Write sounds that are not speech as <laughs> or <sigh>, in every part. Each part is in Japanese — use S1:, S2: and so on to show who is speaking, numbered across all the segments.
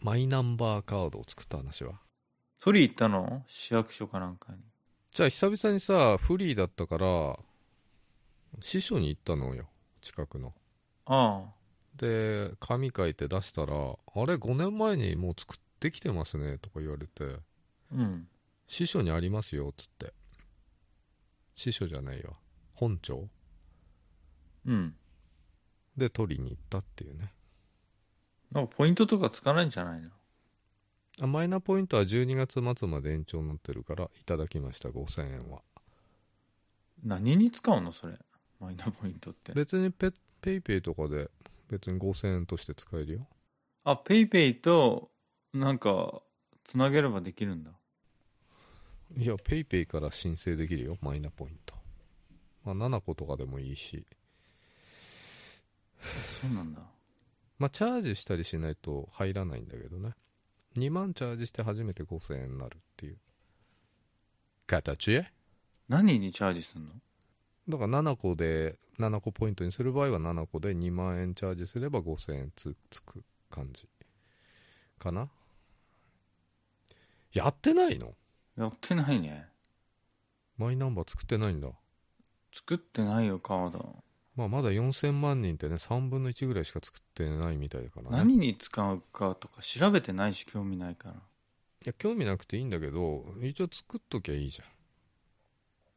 S1: マイナンバーカードを作った話は
S2: 取り行ったの市役所かなんかに。
S1: じゃあ久々にさフリーだったから師匠に行ったのよ近くの
S2: あ
S1: で紙書いて出したら「あれ5年前にもう作ってきてますね」とか言われて
S2: あ、うん。
S1: 「師匠にありますよ」っつって師匠じゃないよ本庁
S2: うん。
S1: で取りに行ったっていうね
S2: なんかポイントとかつかないんじゃないの
S1: あマイナポイントは12月末まで延長になってるからいただきました5000円は
S2: 何に使うのそれ。マイナポイントって。
S1: 別にペペイペイとかで別に5000円として使えるよ
S2: あ、ペイペイと、なんか、つなげればできるんだ。
S1: いやペイペイから申請できるよマイナポイントまあ7個とかでもいいし
S2: そうなんだ。
S1: まあチャージしたりしないと入らないんだけどね2万チャージして初めて5000円になるっていう形
S2: 何にチャージすんの
S1: だから7個で7個ポイントにする場合は7個で2万円チャージすれば5000円つつく感じかなやってないの
S2: やってないね。
S1: マイナンバー作ってないんだ、
S2: 作ってないよ、カード。
S1: まあ、まだ4000万人ってね3分の1ぐらいしか作ってないみたいだからね
S2: 何に使うかとか調べてないし、興味ないから。
S1: いや興味なくていいんだけど一応作っときゃいいじゃん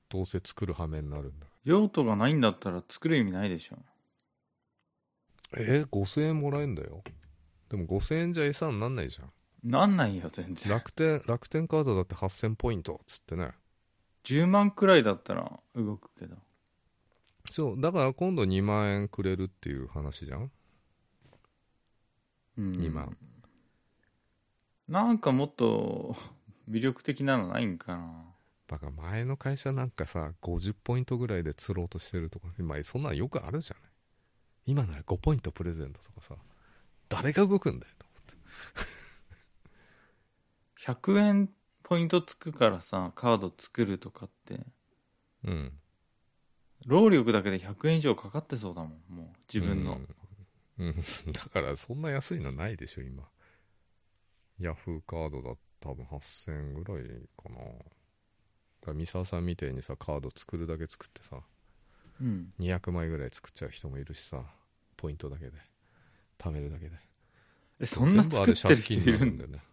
S1: どうせ作る羽目になるんだか
S2: 用途がないんだったら作る意味ないでしょ。
S1: らえー、5000円もらえんだよでも5000円じゃ餌になんない <laughs> じゃん
S2: なんないよ、全然。
S1: 楽天楽天カードだって8000ポイントっつってね
S2: 10万くらいだったら動くけど。
S1: そうだから今度2万円くれるっていう話じゃん
S2: うん
S1: 2万、
S2: なんかもっと <laughs> 魅力的なのないんかな
S1: バカ前の会社なんかさ50ポイントぐらいで釣ろうとしてるとか今そんなんよくあるじゃない今なら5ポイントプレゼントとかさ誰が動くんだよと
S2: 100円ポイントつくからさカード作るとかって
S1: うん
S2: 労力だけで100円以上かかってそうだもんもう自分の、
S1: うん、うん <laughs> だからそんな安いのないでしょ今ヤフーカードだ多分8000円ぐらいかなだから三沢さんみたいにさカード作るだけ作ってさ
S2: うん
S1: 200枚ぐらい作っちゃう人もいるしさポイントだけで貯めるだけで
S2: えそんな
S1: 全部あ
S2: 作
S1: れ
S2: ってる人い
S1: 借金にな
S2: るんだ
S1: だよね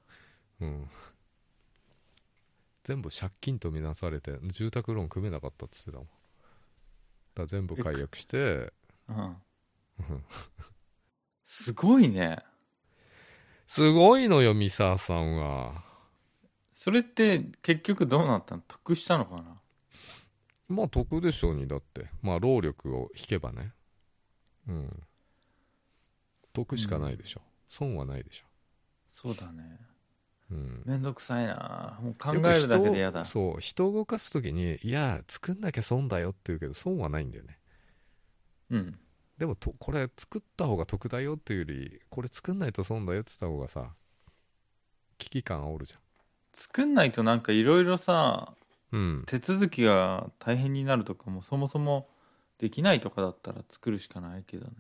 S1: うん全部借金とみなされて住宅ローン組めなかったっつってたもんだから全部解約して
S2: うん <laughs>
S1: うん
S2: すごいね
S1: すごいのよ三沢さんは
S2: それって結局どうなったの得したのかな
S1: まあ得でしょうにだってまあ労力を引けばねうん得しかないでしょ、損はないでしょ
S2: そうだね
S1: うん
S2: めんどくさいなもう考えるだけで嫌だ
S1: よく人をそう人を動かす時にいや作んなきゃ損だよって言うけど損はないんだよね
S2: うん
S1: でもとこれ作った方が得だよっていうよりこれ作んないと損だよって言った方がさ危機感おるじ
S2: 作んないとなんかいろいろさ
S1: ゃんうん
S2: 手続きが大変になるとかもそもそもできないとかだったら作るしかないけどね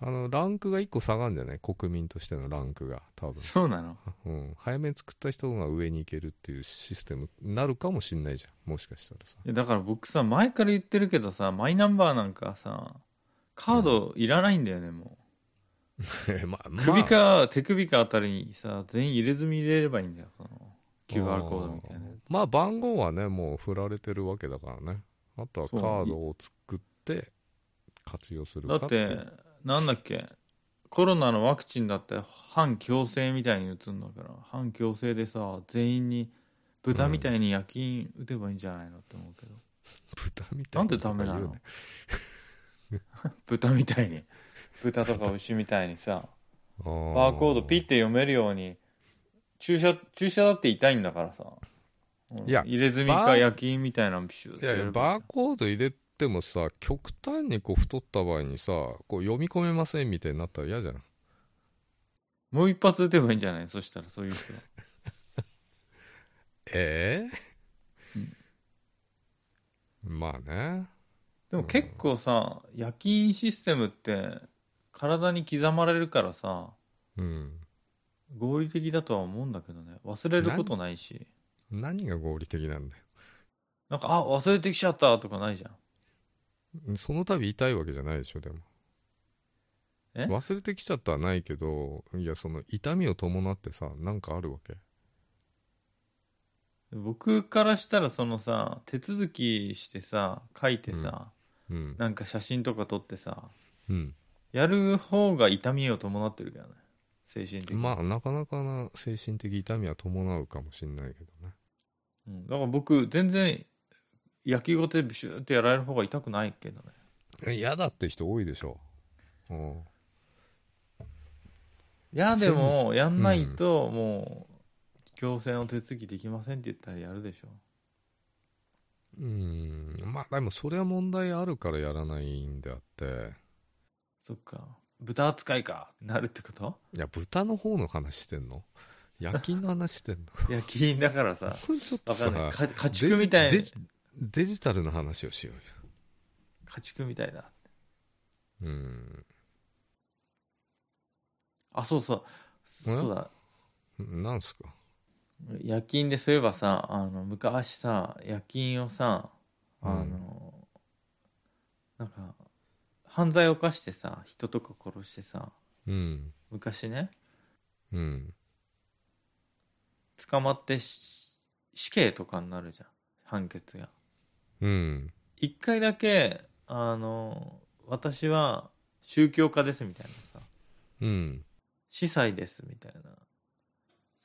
S1: あのランクが1個下がるんじゃない国民としてのランクが多分
S2: そうなの
S1: うん、早めに作った人が上に行けるっていうシステムになるかもしんないじゃんもしかしたらさ
S2: いやだから僕さ前から言ってるけどさマイナンバーなんかさカードいらないんだよね、も
S1: <laughs> まあ
S2: う首か手首かあたりにさ全員入れ墨入れればいいんだよその QR コードみたいな
S1: あーまあ番号はねもう振られてるわけだからねあとはカ
S2: そう
S1: ードを作って活用するか
S2: だってなんだっけコロナのワクチンだって反強制みたいに打つんだから反強制でさ全員に豚みたいに夜勤打てばいいんじゃないのって思うけど、
S1: 豚みた
S2: ない
S1: な
S2: ん
S1: こ
S2: で
S1: と
S2: ダ
S1: か
S2: メな
S1: 言う
S2: の
S1: ね
S2: 豚みたいに豚とか牛みたいにさ
S1: あー
S2: バーコードピッて読めるように注射注射だって痛いんだからさ
S1: いや
S2: 入れ墨
S1: バ
S2: か
S1: ー
S2: 夜勤みたいなのピシュッ
S1: いやいやバーコード入れてもさ極端にこう太った場合にさこう読み込めませんみたいになったら嫌じゃん
S2: もう一発打てばいいんじゃないそしたらそういう人は
S1: ええまあね
S2: でも結構さ夜勤システムって体に刻まれるからさ
S1: うん
S2: 合理的だとは思うんだけどね忘れることないし
S1: 何が合理的なんだよ
S2: なんかあ忘れてきちゃったとかないじゃん
S1: その度痛いわけじゃないでしょでも
S2: え
S1: 忘れてきちゃったはないけどいやその痛みを伴ってさなんかあるわけ
S2: 僕からしたらそのさ手続きしてさ書いてさ、
S1: うん
S2: なんか写真とか撮ってさ
S1: うん
S2: やる方が痛みを伴ってるけどね精神的に、
S1: まあなかなかな精神的痛みは伴うかもしんないけどね
S2: うん、だから僕全然野球ごとでブシューってやられる方が痛くないけどね
S1: え嫌だって人多いでしょうん
S2: いやでもやんないともう強制の手続きできませんって言ったらやるでしょ
S1: うんまあでもそれは問題あるからやらないんであって
S2: そっか豚扱いかってなるってこと <laughs>
S1: いや豚の方の話してんの夜勤の話してんの
S2: 野球だからさ
S1: こ <laughs> れちょっと
S2: わか
S1: さ
S2: んない
S1: デ
S2: か家
S1: ジ
S2: 畜みたい
S1: デ
S2: な
S1: ジデジタルの話をしよ
S2: 家畜みたいだ
S1: うようん
S2: あそうそうそうだ
S1: なんすか
S2: 夜勤でそういえばさあの昔さ夜勤をさあの、なんか犯罪を犯してさ人とか殺してさ
S1: うん
S2: 昔ね
S1: うん
S2: 捕まってし死刑とかになるじゃん判決が
S1: うん
S2: 一回だけあの私は宗教家ですみたいなさ
S1: うん
S2: 司祭ですみたいな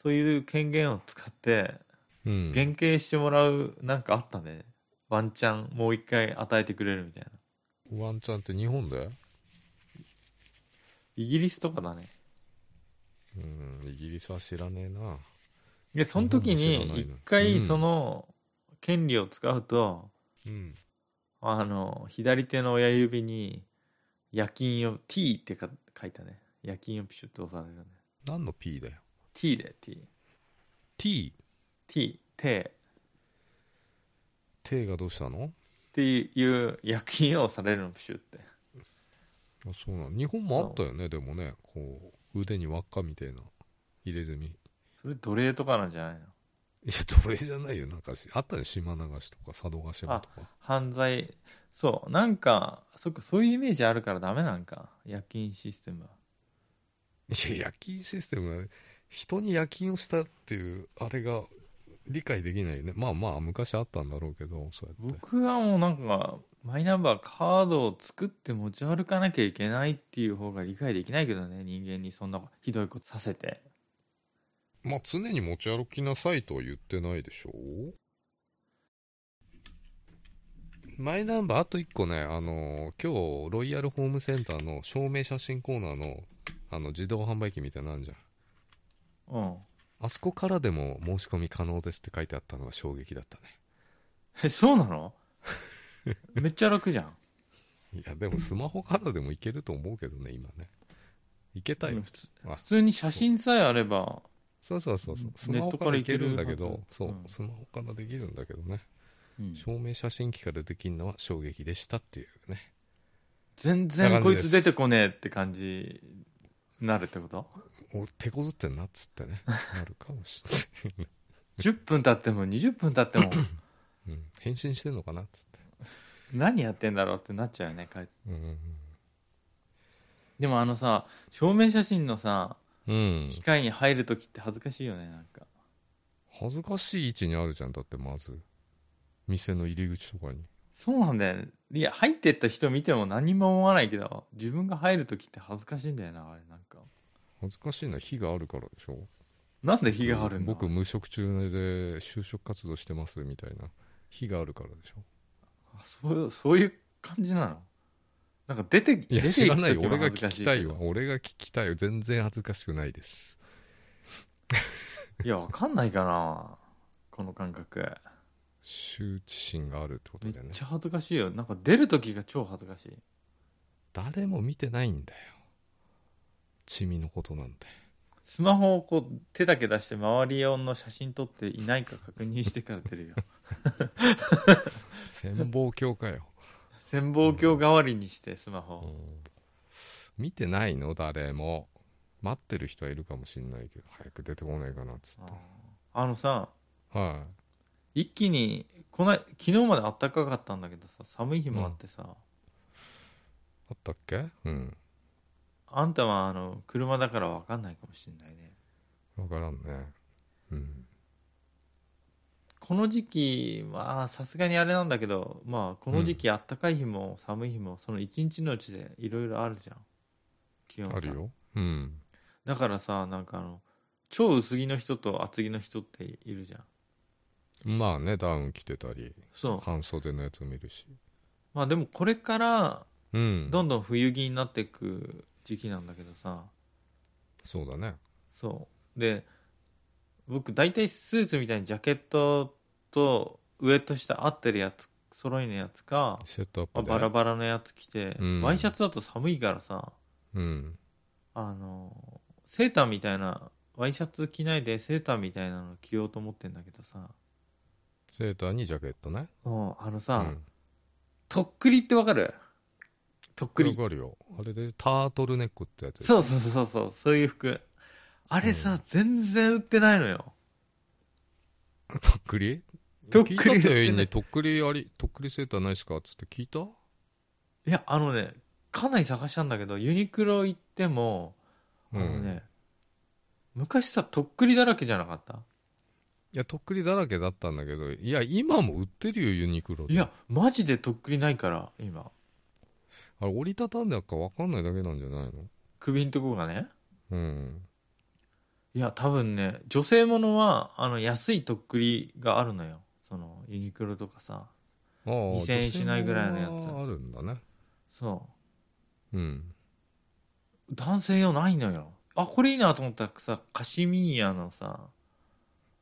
S2: そういう権限を使って
S1: うん
S2: 減刑してもらうなんかあったねワンチャンもう一回与えてくれるみたいな
S1: ワンちゃんって日本で
S2: イギリスとかだね
S1: うんイギリスは知らねえな
S2: でその時
S1: 日本も知らな
S2: に
S1: い
S2: 一
S1: な
S2: 回
S1: うん
S2: その権利を使うと、
S1: うん
S2: あの左手の親指に夜勤を T ってか書いたね夜勤をピシュッと押されるね
S1: 何の P だよ
S2: T で T
S1: T
S2: T 手
S1: T がどうしたの
S2: っていう夜勤を押されるのプシュって
S1: あそうなの日本もあったよねでもねこう腕に輪っかみたいな入れ墨い
S2: それ奴隷とかなんじゃないの
S1: や奴隷じゃないよなんかしあったよ島流しとか佐渡島とか
S2: 犯罪そうなんかそっかそういうイメージあるからダメなんか夜勤システムはい
S1: や夜勤システムは人に夜勤をしたっていうあれが理解できないよねまあまあ昔あったんだろうけどそうやって
S2: 僕はもうなんかマイナンバーカードを作って持ち歩かなきゃいけないっていう方が理解できないけどね人間にそんなひどいことさせて
S1: まあ常に持ち歩きなさいとは言ってないでしょうマイナンバーあと1個ねあの今日ロイヤルホームセンターの証明写真コーナーのあの自動販売機みたいなのあんじゃん
S2: うん <laughs>
S1: あそこからでも申し込み可能ですって書いてあったのが衝撃だった
S2: えそうな
S1: <laughs>
S2: のめっちゃ楽じゃん
S1: ねいやでもスマホからでもいけると思うけどね今ねいけたよ、
S2: 普通
S1: あ
S2: 普通に写真さえあれば
S1: そうそうそうそうス
S2: ネ
S1: マ
S2: ッ
S1: ホ
S2: ト
S1: か
S2: から
S1: ら
S2: い
S1: い
S2: け
S1: け
S2: る
S1: る
S2: は
S1: ん
S2: ず
S1: だけどそう、
S2: うん
S1: スマホからできるんだけどね、
S2: うん
S1: 証明写真機からできるのは衝撃でしたっていうね
S2: 全然こいつ出てこねえって感じになるって
S1: <laughs>
S2: こと
S1: 俺手こずってんなっつって
S2: <laughs>
S1: ねなるかもしれない、
S2: 10分経っても20分経っ
S1: <laughs>
S2: ても
S1: うん、返信してんのかなっつって
S2: 何やってんだろうってなっちゃうよね帰って
S1: うん
S2: でもあのさ証明写真のさ
S1: うん
S2: 機械に入る時って恥ずかしいよねなんか
S1: 恥ずかしい位置にあるじゃんだってまず店の入り口とかに
S2: そうなんだよねいや入ってった人見ても何も思わないけど自分が入る時って恥ずかしいんだよなあれなんか
S1: 恥ずかしいのは火があるからでしょ
S2: なんで火があるんだ
S1: 僕無職中で就職活動してますみたいな火があるからでしょ
S2: あそうそういう感じなのなんか出て
S1: いや
S2: 出
S1: 知
S2: てい
S1: ら
S2: く
S1: ない
S2: 時
S1: よ
S2: は
S1: 俺が
S2: 恥ず
S1: 聞
S2: かし
S1: き
S2: い
S1: た
S2: け
S1: い
S2: ど
S1: わ俺が聞きたいよ全然恥ずかしくないです
S2: いやわかんないかなこの感覚
S1: 羞恥心があるってこと
S2: めっ
S1: だよね
S2: ちゃ恥ずかしいよなんか出る時が超恥ずかしい
S1: 誰も見てないんだよ地味のことなん
S2: <laughs>
S1: だよ
S2: スマホをこう手だけ出して周り用の写真撮っていないか確認してから出
S1: <laughs>
S2: るよ
S1: 潜望鏡かよ、
S2: 潜望鏡代わりにしてスマホ、
S1: うん見てないの誰も待ってる人はいるかもしんないけど早く出てこないかなっつっ
S2: あーあのさ
S1: ては
S2: 一気にこない昨日まで暖かかったんだけどさ寒い日もあってさ、
S1: いあったっけうん
S2: あんたはあの車だから分かんないかもしれないね
S1: 分からんねうん
S2: この時期はさすがにあれなんだけどまあこの時期あったかい日も寒い日もその一日のうちでいろいろあるじゃん気温差
S1: あるようん
S2: だからさなんかあの超薄着の人と厚着の人っているじゃん
S1: まあねダウン着てたり
S2: そう
S1: 半袖のやつ見るし
S2: まあでもこれから
S1: うん
S2: どんどん冬着になっていく時期なんだけどさ
S1: そうだね
S2: そうで僕大体スーツみたいにジャケットと上と下合ってるやつ揃いのやつか
S1: セットアッ
S2: まあ
S1: プで
S2: バラバラのやつ着て、
S1: うん
S2: ワイシャツだと寒いからさ
S1: うん
S2: あのセーターみたいなワイシャツ着ないでセーターみたいなの着ようと思ってんだけどさ
S1: セーターにジャケットね
S2: もうあの
S1: う
S2: さ、
S1: ん
S2: とっくりってわかるとっく
S1: 分
S2: り
S1: かるよあれでタートルネックってやつ
S2: そうそうそうそうそういう服あれさ、
S1: う
S2: 全然売ってないのよ
S1: とっくり
S2: とっくり
S1: 聞いた店員にとっくりありとっくりセーターないっすかっつって聞いた
S2: いやあのねかなり探したんだけどユニクロ行ってもあのね、昔さとっくりだらけじゃなかった
S1: いやとっくりだらけだったんだけどいや今も売ってるよユニクロで
S2: いやマジでとっくりないから今
S1: あれ折りたたんだか分かんないだけなんじゃないの
S2: 首んとこがね
S1: うん
S2: いや多分ね女性ものはあの安いとっくりがあるのよそのユニクロとかさ
S1: ああ
S2: 2000円しないぐらいのやつ
S1: 女性もあるんだね
S2: そ
S1: うん
S2: う男性用ないのよあこれいいなと思ったらさカシミーヤのさ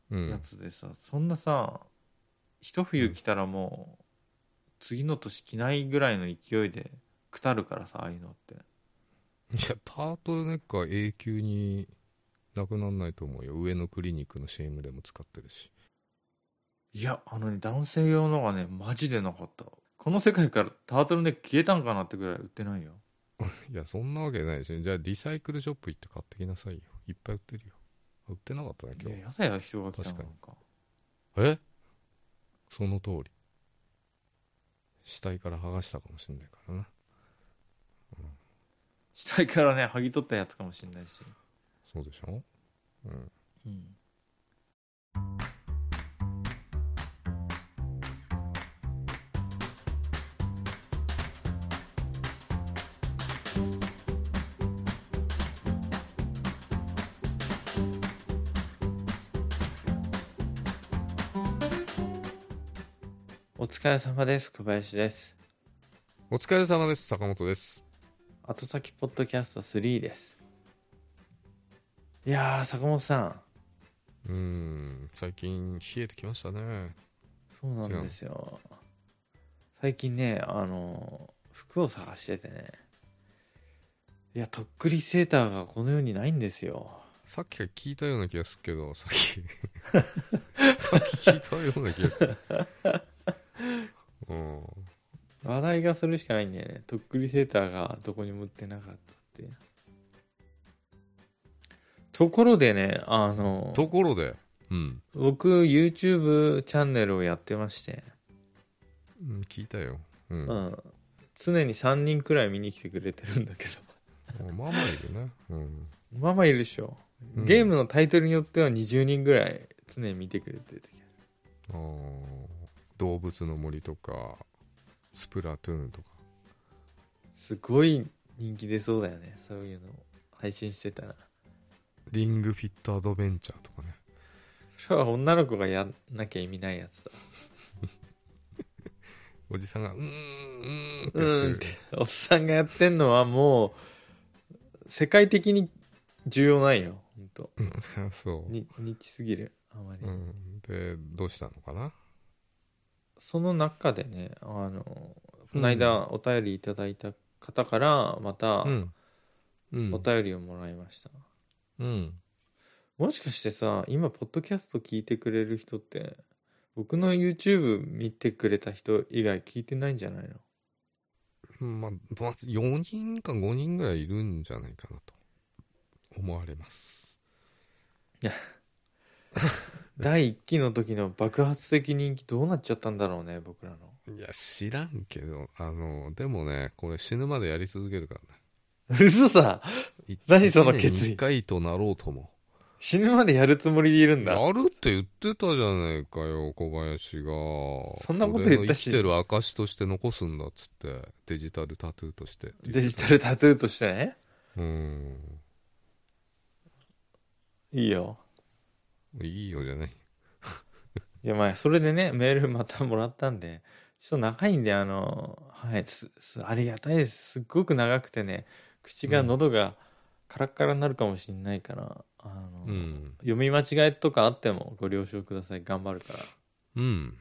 S1: う
S2: や
S1: ん
S2: つでさ、そんなさ一冬着たらもう次の年着ないぐらいの勢いでくたるからさああいうのって
S1: いやタートルネックは永久になくなんないと思うよ上のクリニックの CM でも使ってるし
S2: いやあのね男性用のがねマジでなかったこの世界からタートルネック消えたんかなってぐらい売ってないよ
S1: いやそんなわけないでしょじゃあリサイクルショップ行って買ってきなさいよいっぱい売ってるよ売ってなかったね
S2: い
S1: 今
S2: や
S1: 日
S2: やだよ人が来たのなん
S1: 確
S2: か
S1: えその通り死体から剥がしたかもしれないからな
S2: 死体からね剥ぎ取ったやつかもしれないし
S1: そうでしょうん
S2: うんお疲れ様です小林です
S1: お疲れ様です坂本です
S2: 後先ポッドキャスト3ですいやー坂本さん
S1: うーん最近冷えてきましたね
S2: そうなんですよ。最近ね、あの、服を探しててね。いや、とっくりセーターがこの世にないんですよ。
S1: さっきから聞いたような気がするけどさっき <laughs> さっき聞いたような気がするうん
S2: 話題がそれしかないんだよね。とっくりセーターがどこにも売ってなかったって。ところでね、あの、
S1: ところでうん、
S2: 僕 YouTube チャンネルをやってまして、
S1: うん、聞いたようん、
S2: う
S1: ま
S2: ん。常に3人くらい見に来てくれてるんだけど。
S1: あまあいるねうん
S2: まあまあいるでしょ。
S1: うん
S2: ゲームのタイトルによっては20人ぐらい常に見てくれてる時
S1: あー動物の森とかスプラトゥーンとか
S2: すごい人気出そうだよねそういうのを配信してたら
S1: リングフィットアドベンチャーとかね
S2: それは女の子がやんなきゃ意味ないやつだ
S1: おじさんがうーんうーんって
S2: う
S1: やって
S2: ん
S1: る
S2: って <laughs> おっさんがやってんのはもう世界的に重要ないよほんと
S1: うん <laughs> そう
S2: にニッチすぎるあまり、
S1: うん、でどうしたのかな
S2: その中でねあのこの間お便りいただいた方からまた
S1: んうん
S2: お便りをもらいました、
S1: うん
S2: もしかしてさ今ポッドキャスト聞いてくれる人って僕の YouTube 見てくれた人以外聞いてないんじゃないの
S1: まあまず4人か5人ぐらいいるんじゃないかなと思われます。
S2: 第1期の時の爆発的人気どうなっちゃったんだろうね僕らの
S1: いや、知らんけど、あの、でもね、これ死ぬまでやり続けるからね。
S2: 嘘だ
S1: い
S2: 何その決意
S1: 一年に一回となろうとも。
S2: 死ぬまでやるつもりでいるんだ
S1: やるって言ってたじゃねえかよ、小林が。
S2: そんなこと言っ
S1: 俺の生
S2: たし
S1: きてる証として残すんだっつって、デジタルタトゥーとして。
S2: デジタルタトゥーとしてね
S1: うん。
S2: いいよ
S1: いいよじゃない。
S2: いやまあそれでねメールまたもらったんでちょっと長いんであのはいすすありがたいですすっごく長くてね口が
S1: うん
S2: 喉がカラッカラになるかもしれないから、あの
S1: うん。
S2: 読み間違いとかあってもご了承ください頑張るから
S1: うん。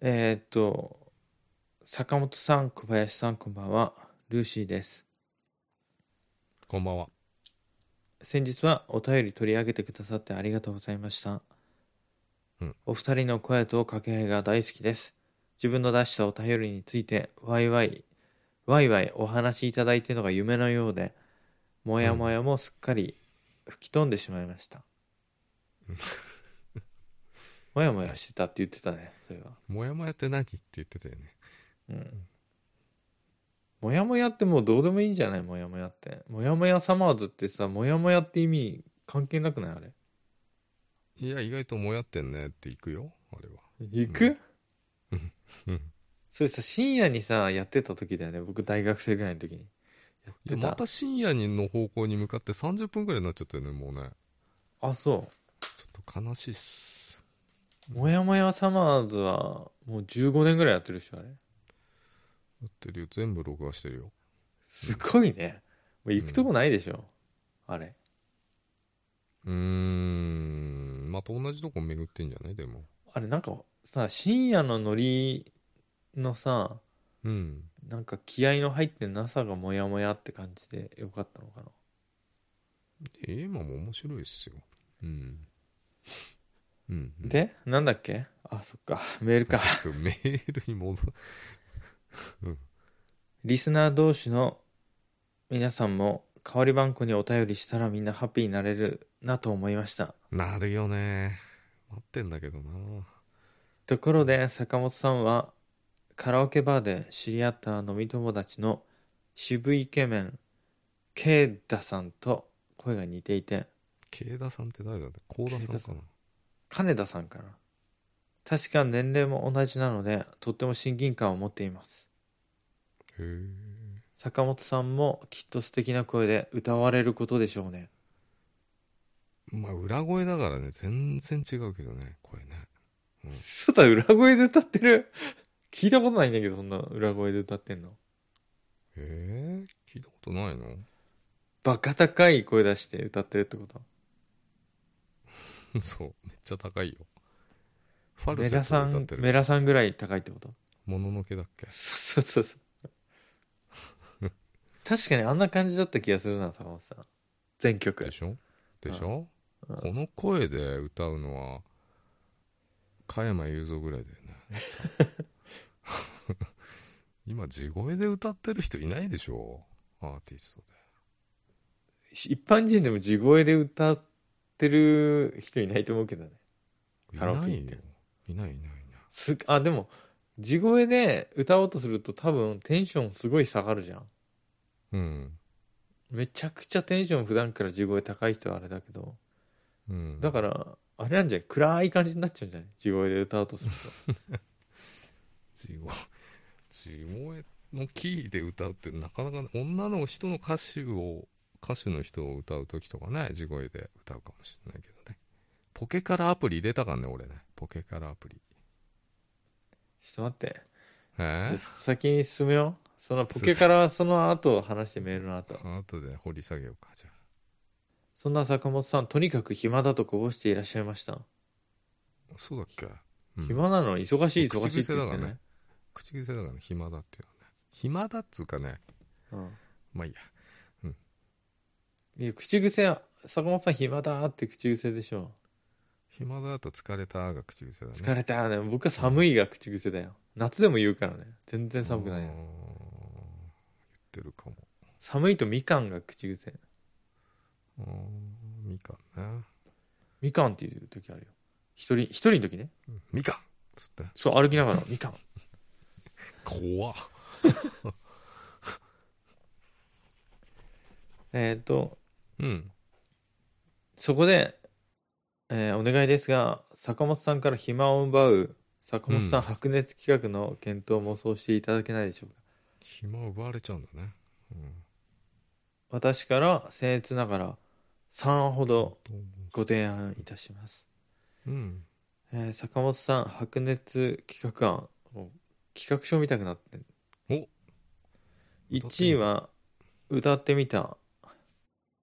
S2: えーっと坂本さん小林さんこんばんはルーシーです
S1: こんばんは。
S2: 先日はお便り取り上げてくださってありがとうございました、
S1: うん
S2: お二人の声と掛け合いが大好きです自分の出したお便りについてワイワイワイワイお話しいただいてるのが夢のようでもやもやもすっかり吹き飛んでしまいました、もやもやしてたって言ってたねそれは
S1: もやもやって何って言ってたよね。
S2: うんもやもやってもうどうでもいいんじゃないもやもやってもやもやサマーズってさもやもやって意味関係なくないあれ
S1: いや、意外ともやってんねっていくよ、あれは。
S2: 行く、
S1: うん。
S2: それさ深夜にさやってた時だよね僕大学生ぐらいの時にやって
S1: で
S2: た
S1: また深夜にの方向に向かって30分ぐらいになっちゃったよねもうね
S2: あそ
S1: ちょっと悲しいっす
S2: うもやもやサマーズはもう15年ぐらいやってるでしょあれ
S1: やってるよ全部録画してるよ
S2: すごいねもう行くとこないでしょ、あれ
S1: うーんまた同じとこ巡ってんじゃないでも
S2: あれなんかさ深夜のノリのさ
S1: うん
S2: なんか気合の入ってなさがもやもやって感じでよかったのかな
S1: え今も面白いっすようんうん、うん、
S2: で、なんだっけあ、そっか。メールか。
S1: メールに戻る
S2: リスナー同士の皆さんも、代わり番こにお便りしたらみんなハッピーになれるなと思いました。
S1: なるよね待ってんだけどな
S2: ところで、坂本さんは、カラオケバーで知り合った飲み友達の渋いイケメン、ケイダさんと声が似ていて、
S1: 慶田さんって誰だね高田さんかな
S2: 金田さんかな。確か年齢も同じなので、とっても親近感を持っています。
S1: へえ
S2: 坂本さんもきっと素敵な声で歌われることでしょうね。
S1: まあ裏声だからね全然違うけどねこれね
S2: そうだ、裏声で歌ってる。聞いたことないんだけど、そんな裏声で歌ってんの。
S1: えー、聞いたことないの <laughs>
S2: バカ高い声出して歌ってるってこと。
S1: そう、めっちゃ高いよ。ファル
S2: メ
S1: セ
S2: ラ
S1: ット
S2: さ
S1: で歌っ
S2: ん
S1: て、る。
S2: メラさんぐらい高いってこと。
S1: もののけだっけ
S2: そうそ
S1: <laughs>
S2: うそうそう。確かにあんな感じだった気がするな、坂本さん。全曲
S1: で。しょでしょ
S2: うん
S1: この声で歌うのは、加山雄三ぐらいだよね。 <laughs> 今、地声で歌ってる人いないでしょアーティストで。
S2: 一般人でも地声で歌ってる人いないと思うけどね。
S1: い
S2: カラオ
S1: な
S2: ケ行っ
S1: い
S2: て
S1: よ。いないいないいない。
S2: す、あ、でも、地声で歌おうとすると多分テンションすごい下がるじゃん。
S1: うん。
S2: めちゃくちゃテンション普段から地声高い人はあれだけど、
S1: うん、
S2: だから、あれなんじゃない暗い感じになっちゃうんじゃない地声で歌おうとする <laughs>
S1: 地声地声のキーで歌うってなかなかね女の人の歌手を歌手の人を歌う時とかね地声で歌うかもしれないけどねポケカラアプリ入れたかんね俺ねポケカラアプリ
S2: と。ちょっと待って。
S1: え
S2: じゃあ先に進めよう。そのポケからはその後話してメールの後。
S1: あとで掘り下げようかじゃあ
S2: そんな坂本さん、とにかく暇だとこぼしていらっしゃいました。
S1: そうだっけ、うん
S2: 暇なのに忙しい忙しい
S1: 口
S2: って
S1: 癖だ
S2: 言っ
S1: か
S2: て
S1: ら
S2: ね。
S1: ね口癖だからね暇だっていうのはね暇だっつうかねまあいいや
S2: うん。いや、口癖は、坂本さん暇だーって口癖でしょ。
S1: 暇だと疲れたが口癖だね
S2: 疲れたーね。僕は寒いが口癖だよ。夏でも言うからね。全然寒くない
S1: う
S2: よ
S1: ーん言ってるかも
S2: 寒いとみかんが口癖
S1: うーんみかんな
S2: みかんっていう時あるよ一人一人の時ね
S1: みかんっつって
S2: そう歩きながらみかん
S1: 怖っ
S2: えっ、と
S1: うん
S2: そこで、えーお願いですが坂本さんから暇を奪う坂本さん
S1: うん
S2: 白熱企画の検討もそうしていただけないでしょうか、
S1: 暇奪われちゃうんだねうん
S2: 私から僭越ながら3ほど
S1: どうも
S2: ご提案いたします、
S1: うん
S2: えー坂本さん白熱企画案お企画書見たくなって
S1: お
S2: 1位は歌ってみた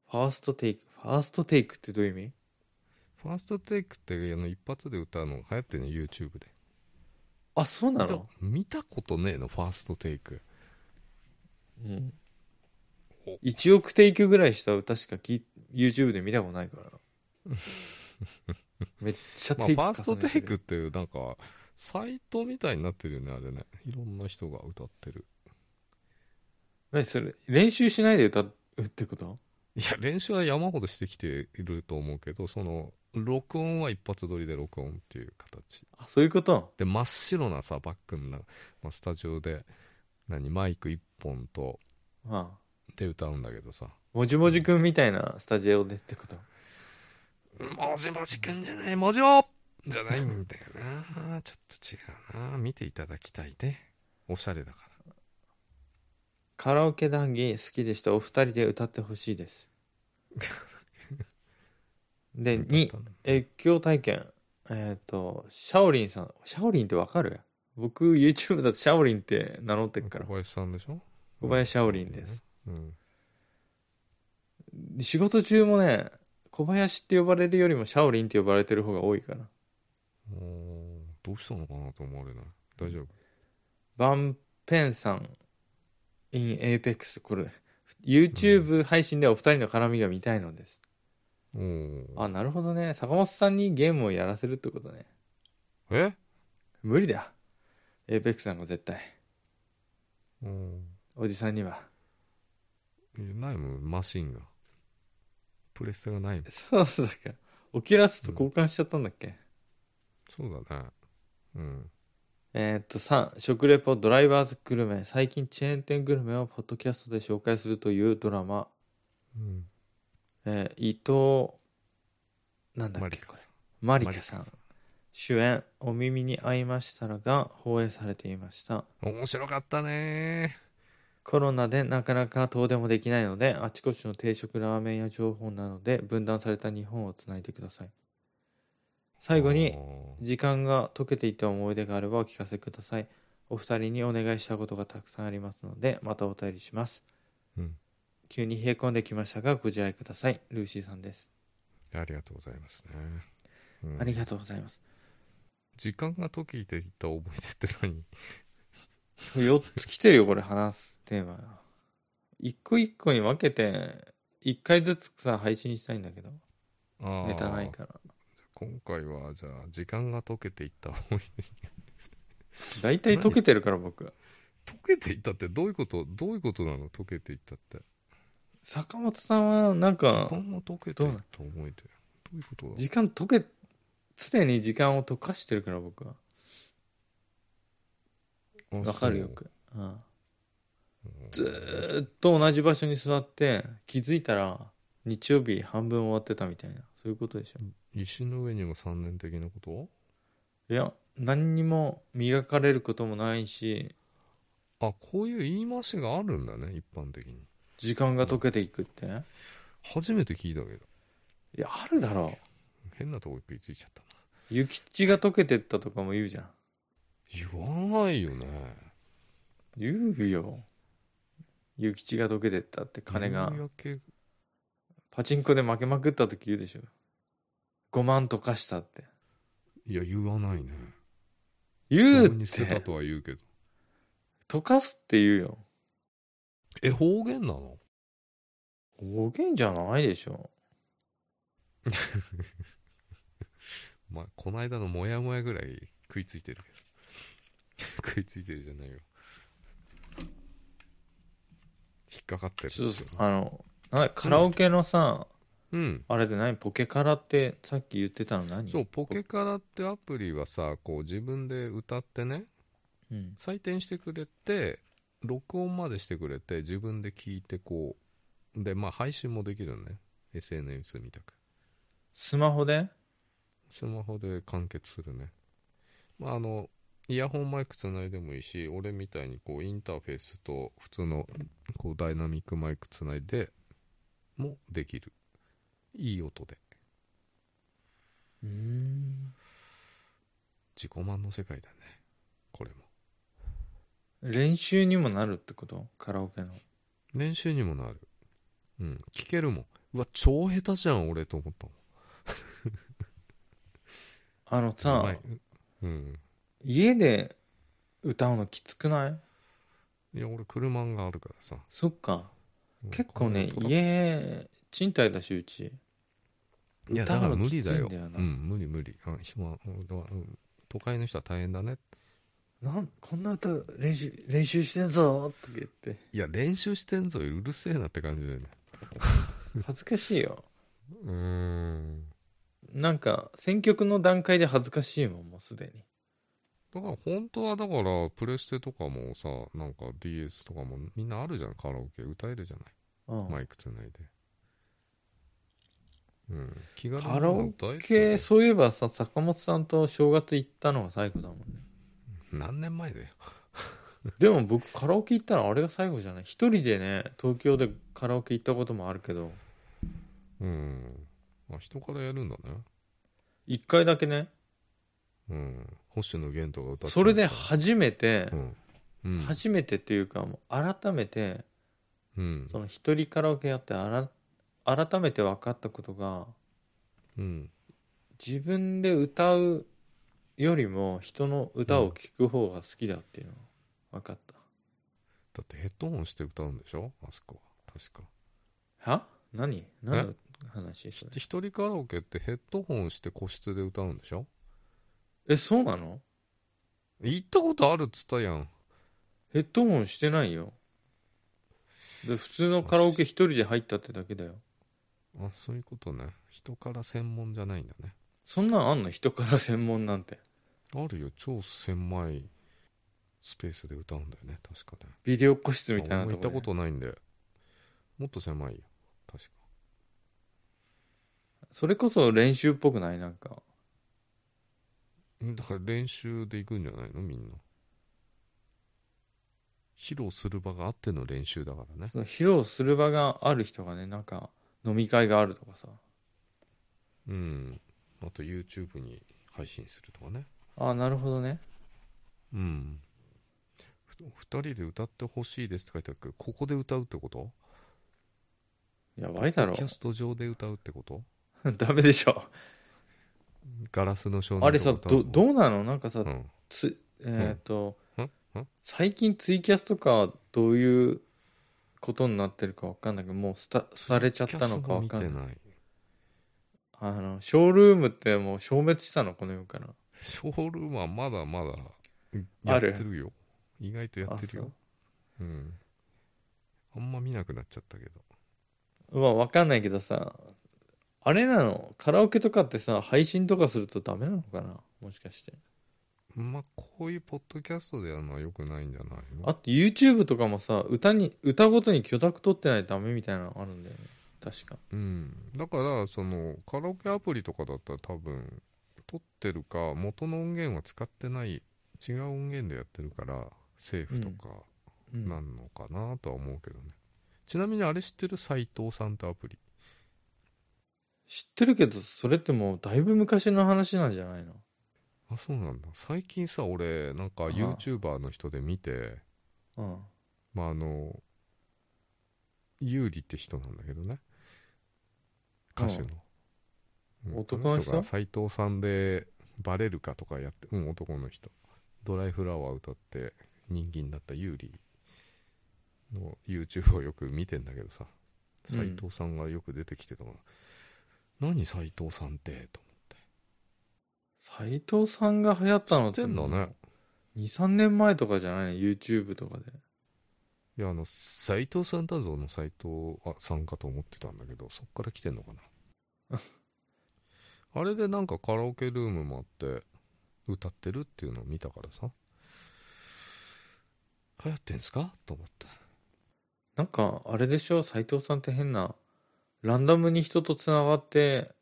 S2: ファーストテイクファーストテイクってどういう意味
S1: ファーストテイクってあの一発で歌うのが流行ってるね YouTube で
S2: あそうな
S1: 見た
S2: の、
S1: 見たことねえのファーストテイク
S2: うん
S1: お、
S2: 1億テイクぐらいした歌しかき YouTube で見たことないからな
S1: <laughs>
S2: めっちゃ
S1: まあ
S2: テ
S1: フ
S2: イク
S1: ァースト
S2: 重ねてる
S1: テイクってなんかサイトみたいになってるよねあれねいろんな人が歌ってる
S2: 何それ練習しないで歌うってこと
S1: いや練習は山ほどしてきていると思うけどその録音は一発撮りで録音っていう形
S2: あそういうこと
S1: で真っ白なさバックの、まあ、スタジオで何マイク1本と
S2: まあ
S1: で歌うんだけどさ
S2: もじもじくんみたいなスタジオでってこと
S1: 「もじもじくんじゃないもじょ!」じゃないんだよなちょっと違うな見ていただきたいねおしゃれだから
S2: カラオケ談義好きでしたお二人で歌ってほしいです
S1: <laughs>
S2: で2
S1: 歌ったの
S2: 越境体験えっ、とシャオリンさんシャオリンってわかる僕 YouTube だとシャオリンって名乗ってるから
S1: 小林さんでしょ
S2: 小林シャオリンです、
S1: うん
S2: 仕事中もね小林って呼ばれるよりもシャオリンって呼ばれてる方が多いから
S1: おーどうしたのかなと思われない大丈夫
S2: バンペンさん in Apex これ YouTube 配信でお二人の絡みが見たいのです、
S1: おー
S2: あなるほどね坂本さんにゲームをやらせるってことね
S1: え
S2: 無理だ Apex なんか絶対
S1: うん
S2: おじさんにはい
S1: やないもんマシンがプレステがないもん
S2: そうだっけオキュラスと交換しちゃったんだっけ、
S1: そうだねうん
S2: えーっと3食レポドライバーズグルメ最近チェーン店グルメをポッドキャストで紹介するというドラマ、
S1: うん
S2: えー伊藤なんだっ
S1: マ
S2: け
S1: リカ
S2: これ
S1: さん
S2: マリカさん
S1: マリカ
S2: 主演「お耳に合いましたら」が放映されていました
S1: 面白かったね
S2: コロナでなかなか遠出もできないのであちこちの定食ラーメン屋情報などで分断された日本をつないでください最後に時間が溶けていった思い出があればお聞かせくださいお二人にお願いしたことがたくさんありますのでまたお便りします、
S1: うん
S2: 急に冷え込んできましたがご自愛くださいルーシーさんです、
S1: ありがとうございますね、うん
S2: ありがとうございます
S1: 時間が解きていった思い出って何
S2: 4つ来てるよこれ話すテーマが一個一個に分けて一回ずつさ配信したいんだけど
S1: あー
S2: ネタないから
S1: 今回はじゃあ時間が解けていった思い出
S2: 大体溶けてるから僕
S1: <laughs> 解けていったってどういうことどういうことなの解けていったって
S2: 坂本さんはなんか
S1: 時間が解けていった思い出どういうことだ
S2: 時間溶け常に時間を溶かしてるから僕は
S1: あ
S2: わかるよ
S1: そう
S2: く、うん、ずーっと同じ場所に座って気づいたら日曜日半分終わってたみたいなそういうことでしょ
S1: 石の上にも3年的なこと
S2: いや何にも磨かれることもないし
S1: あこういう言い回しがあるんだね一般的に
S2: 時間が溶けていくって、
S1: 初めて聞いたけど
S2: いやあるだろ
S1: 変なとこ食いついちゃったな
S2: う諭吉が溶けてったとかも言うじゃん
S1: 言わないよね
S2: 言うよ諭吉が溶けてったって金が
S1: 夕焼け
S2: パチンコで負けまくった時言うでしょ5万溶かしたって
S1: いや言わないね
S2: 言
S1: ド
S2: う
S1: ブ
S2: っ
S1: に捨てた
S2: て
S1: とは言うけど
S2: 溶かすって言うよ
S1: え方言なの
S2: 方言じゃないでしょ
S1: まあ、この間のモヤモヤぐらい食いついてる <laughs> けど食いついてるじゃないよ引っかかってるんです
S2: ち
S1: よ
S2: ょ
S1: ね
S2: っとあのなんかカラオケのさ、
S1: うん。
S2: あれで何ポケカラってさっき言ってたの何
S1: そう、ポケカラってアプリはさ、こう自分で歌ってね、
S2: うん
S1: 採点してくれて、録音までしてくれて、自分で聞いてこう、で、まあ配信もできるのね。SNS みたく。
S2: スマホで
S1: スマホで完結するね。まああの、イヤホンマイクつないでもいいし、俺みたいにこうインターフェースと普通のこうダイナミックマイクつないでもできる。いい音で。
S2: うーん
S1: 自己満の世界だね。これも。
S2: 練習にもなるってことカラオケの
S1: 練習にもなるうん聞けるもんうわ超下手じゃん俺と思ったもん
S2: あのさ、
S1: うまいうん
S2: 家で歌うのきつくない
S1: いや俺車があるからさ
S2: そっか結構ね
S1: このトラ
S2: 家賃貸だしうち
S1: いやだから無理だ
S2: 歌
S1: よ
S2: うのきついんだよな
S1: うん無理無理あ暇俺はうん都会の人は大変だね
S2: なんこんな歌練習練習してんぞって言って
S1: いや練習してんぞうるせえなって感じだよね
S2: 恥ずかしいよ
S1: うーん
S2: なんか選曲の段階で恥ずかしいもんもうすでに
S1: だから本当はだからプレステとかもさなんか DS とかもみんなあるじゃんカラオケ歌えるじゃない
S2: うん
S1: マイクつないでうん気軽に
S2: カラオ
S1: 歌えて
S2: けそういえばさ坂本さんと正月行ったのが最後だもんね
S1: 何年前だよ
S2: でも僕カラオケ行ったのあれが最後じゃない一人でね東京でカラオケ行ったこともあるけど
S1: うん。あ、人からやるんだね。
S2: 一回だけね
S1: うん。星野源とか歌って
S2: それで、初めて、
S1: うん。うん。
S2: 初めてっていうかもう改めて
S1: うん。
S2: その一人カラオケやってあら改めて分かったことが
S1: うん。
S2: 自分で歌うよりも人の歌を聴く方が好きだっていうの分かっ
S1: だってヘッドホンして歌うんでしょあそこは。確か。
S2: た、は何何の話それ
S1: で一人カラオケってヘッドホンして個室で歌うんでしょ
S2: えそうなの
S1: 行ったことあるっつったやん。
S2: ヘッドホンしてないよで普通のカラオケ一人で入ったってだけだよ
S1: あ、そういうことね。人から専門じゃないんだね。
S2: そんなんあんの人から専門なんて
S1: あるよ。超狭いスペースで歌うんだよね。確かね。
S2: ビデオ個室みたいな
S1: 俺も
S2: と
S1: 行った
S2: こ
S1: ことないんで。もっと狭いよ。確か。
S2: それこそ練習っぽくないなんか
S1: んだから練習で行くんじゃないのみんな披露する場があっての練習だからね
S2: その披露する場がある人がねなんか飲み会があるとかさ
S1: うんあと YouTube に配信するとかね
S2: ああなるほどね
S1: うん2人で歌ってほしいですって書いてあるけどここで歌うってこと
S2: やばいだろ
S1: キャスト上で歌うってこと
S2: <laughs> ダメでしょ
S1: ガラスの少年
S2: あれさど
S1: う
S2: どうなのなんかさ、
S1: うん
S2: つえっ、と、
S1: うんうん
S2: 最近ツイキャスとかはどういうことになってるかわかんないけどもうすたされちゃったのかわかん
S1: キャ
S2: な
S1: ス
S2: い
S1: トも見てない
S2: あのショールームってもう消滅したのこの世から
S1: ショールームはまだまだや
S2: あ
S1: っ
S2: る
S1: てるよ意外とやってるようんあんま見なくなっちゃったけど
S2: あそうまあわかんないけどさあれなのカラオケとかってさ配信とかするとダメなのかなもしかして
S1: まあ、こういうポッドキャストでやるのは良くないんじゃないの
S2: あと YouTube とかもさ歌に歌ごとに許諾取ってないとダメみたいなのあるんだよね確か
S1: うん。だから、その、カラオケアプリとかだったら多分、撮ってるか、元の音源は使ってない、違う音源でやってるから、セーフとか、
S2: うん
S1: なんのかなとは思うけどね。ちなみにあれ知ってる斎藤さんってアプリ。
S2: 知ってるけどそれってもうだいぶ昔の話なんじゃないの
S1: あ、そうなんだ。最近さ、俺、なんか
S2: ああ
S1: YouTuber の人で見て、
S2: うん
S1: まあ、あの、優里って人なんだけどね。歌手の。うん
S2: 男の人
S1: こが斎藤さんで、バレるかとかやって、うん、男の人。ドライフラワー歌って人気になった優里の YouTube をよく見てんだけどさ、斎藤さんがよく出てきてたから、何斎藤さんって、と
S2: 斎藤さんが流行ったの
S1: 知ってんだね
S2: 23年前とかじゃない YouTube とかで
S1: いや、あの、斎藤さんだぞの斎藤あさんかと思ってたんだけど、そっから来てんのか
S2: <laughs>
S1: な。あれでなんかカラオケルームもあって、歌ってるっていうのを見たからさ、流行ってんすかと思った。
S2: なんかあれでしょ斎藤さんって変なランダムに人とつながって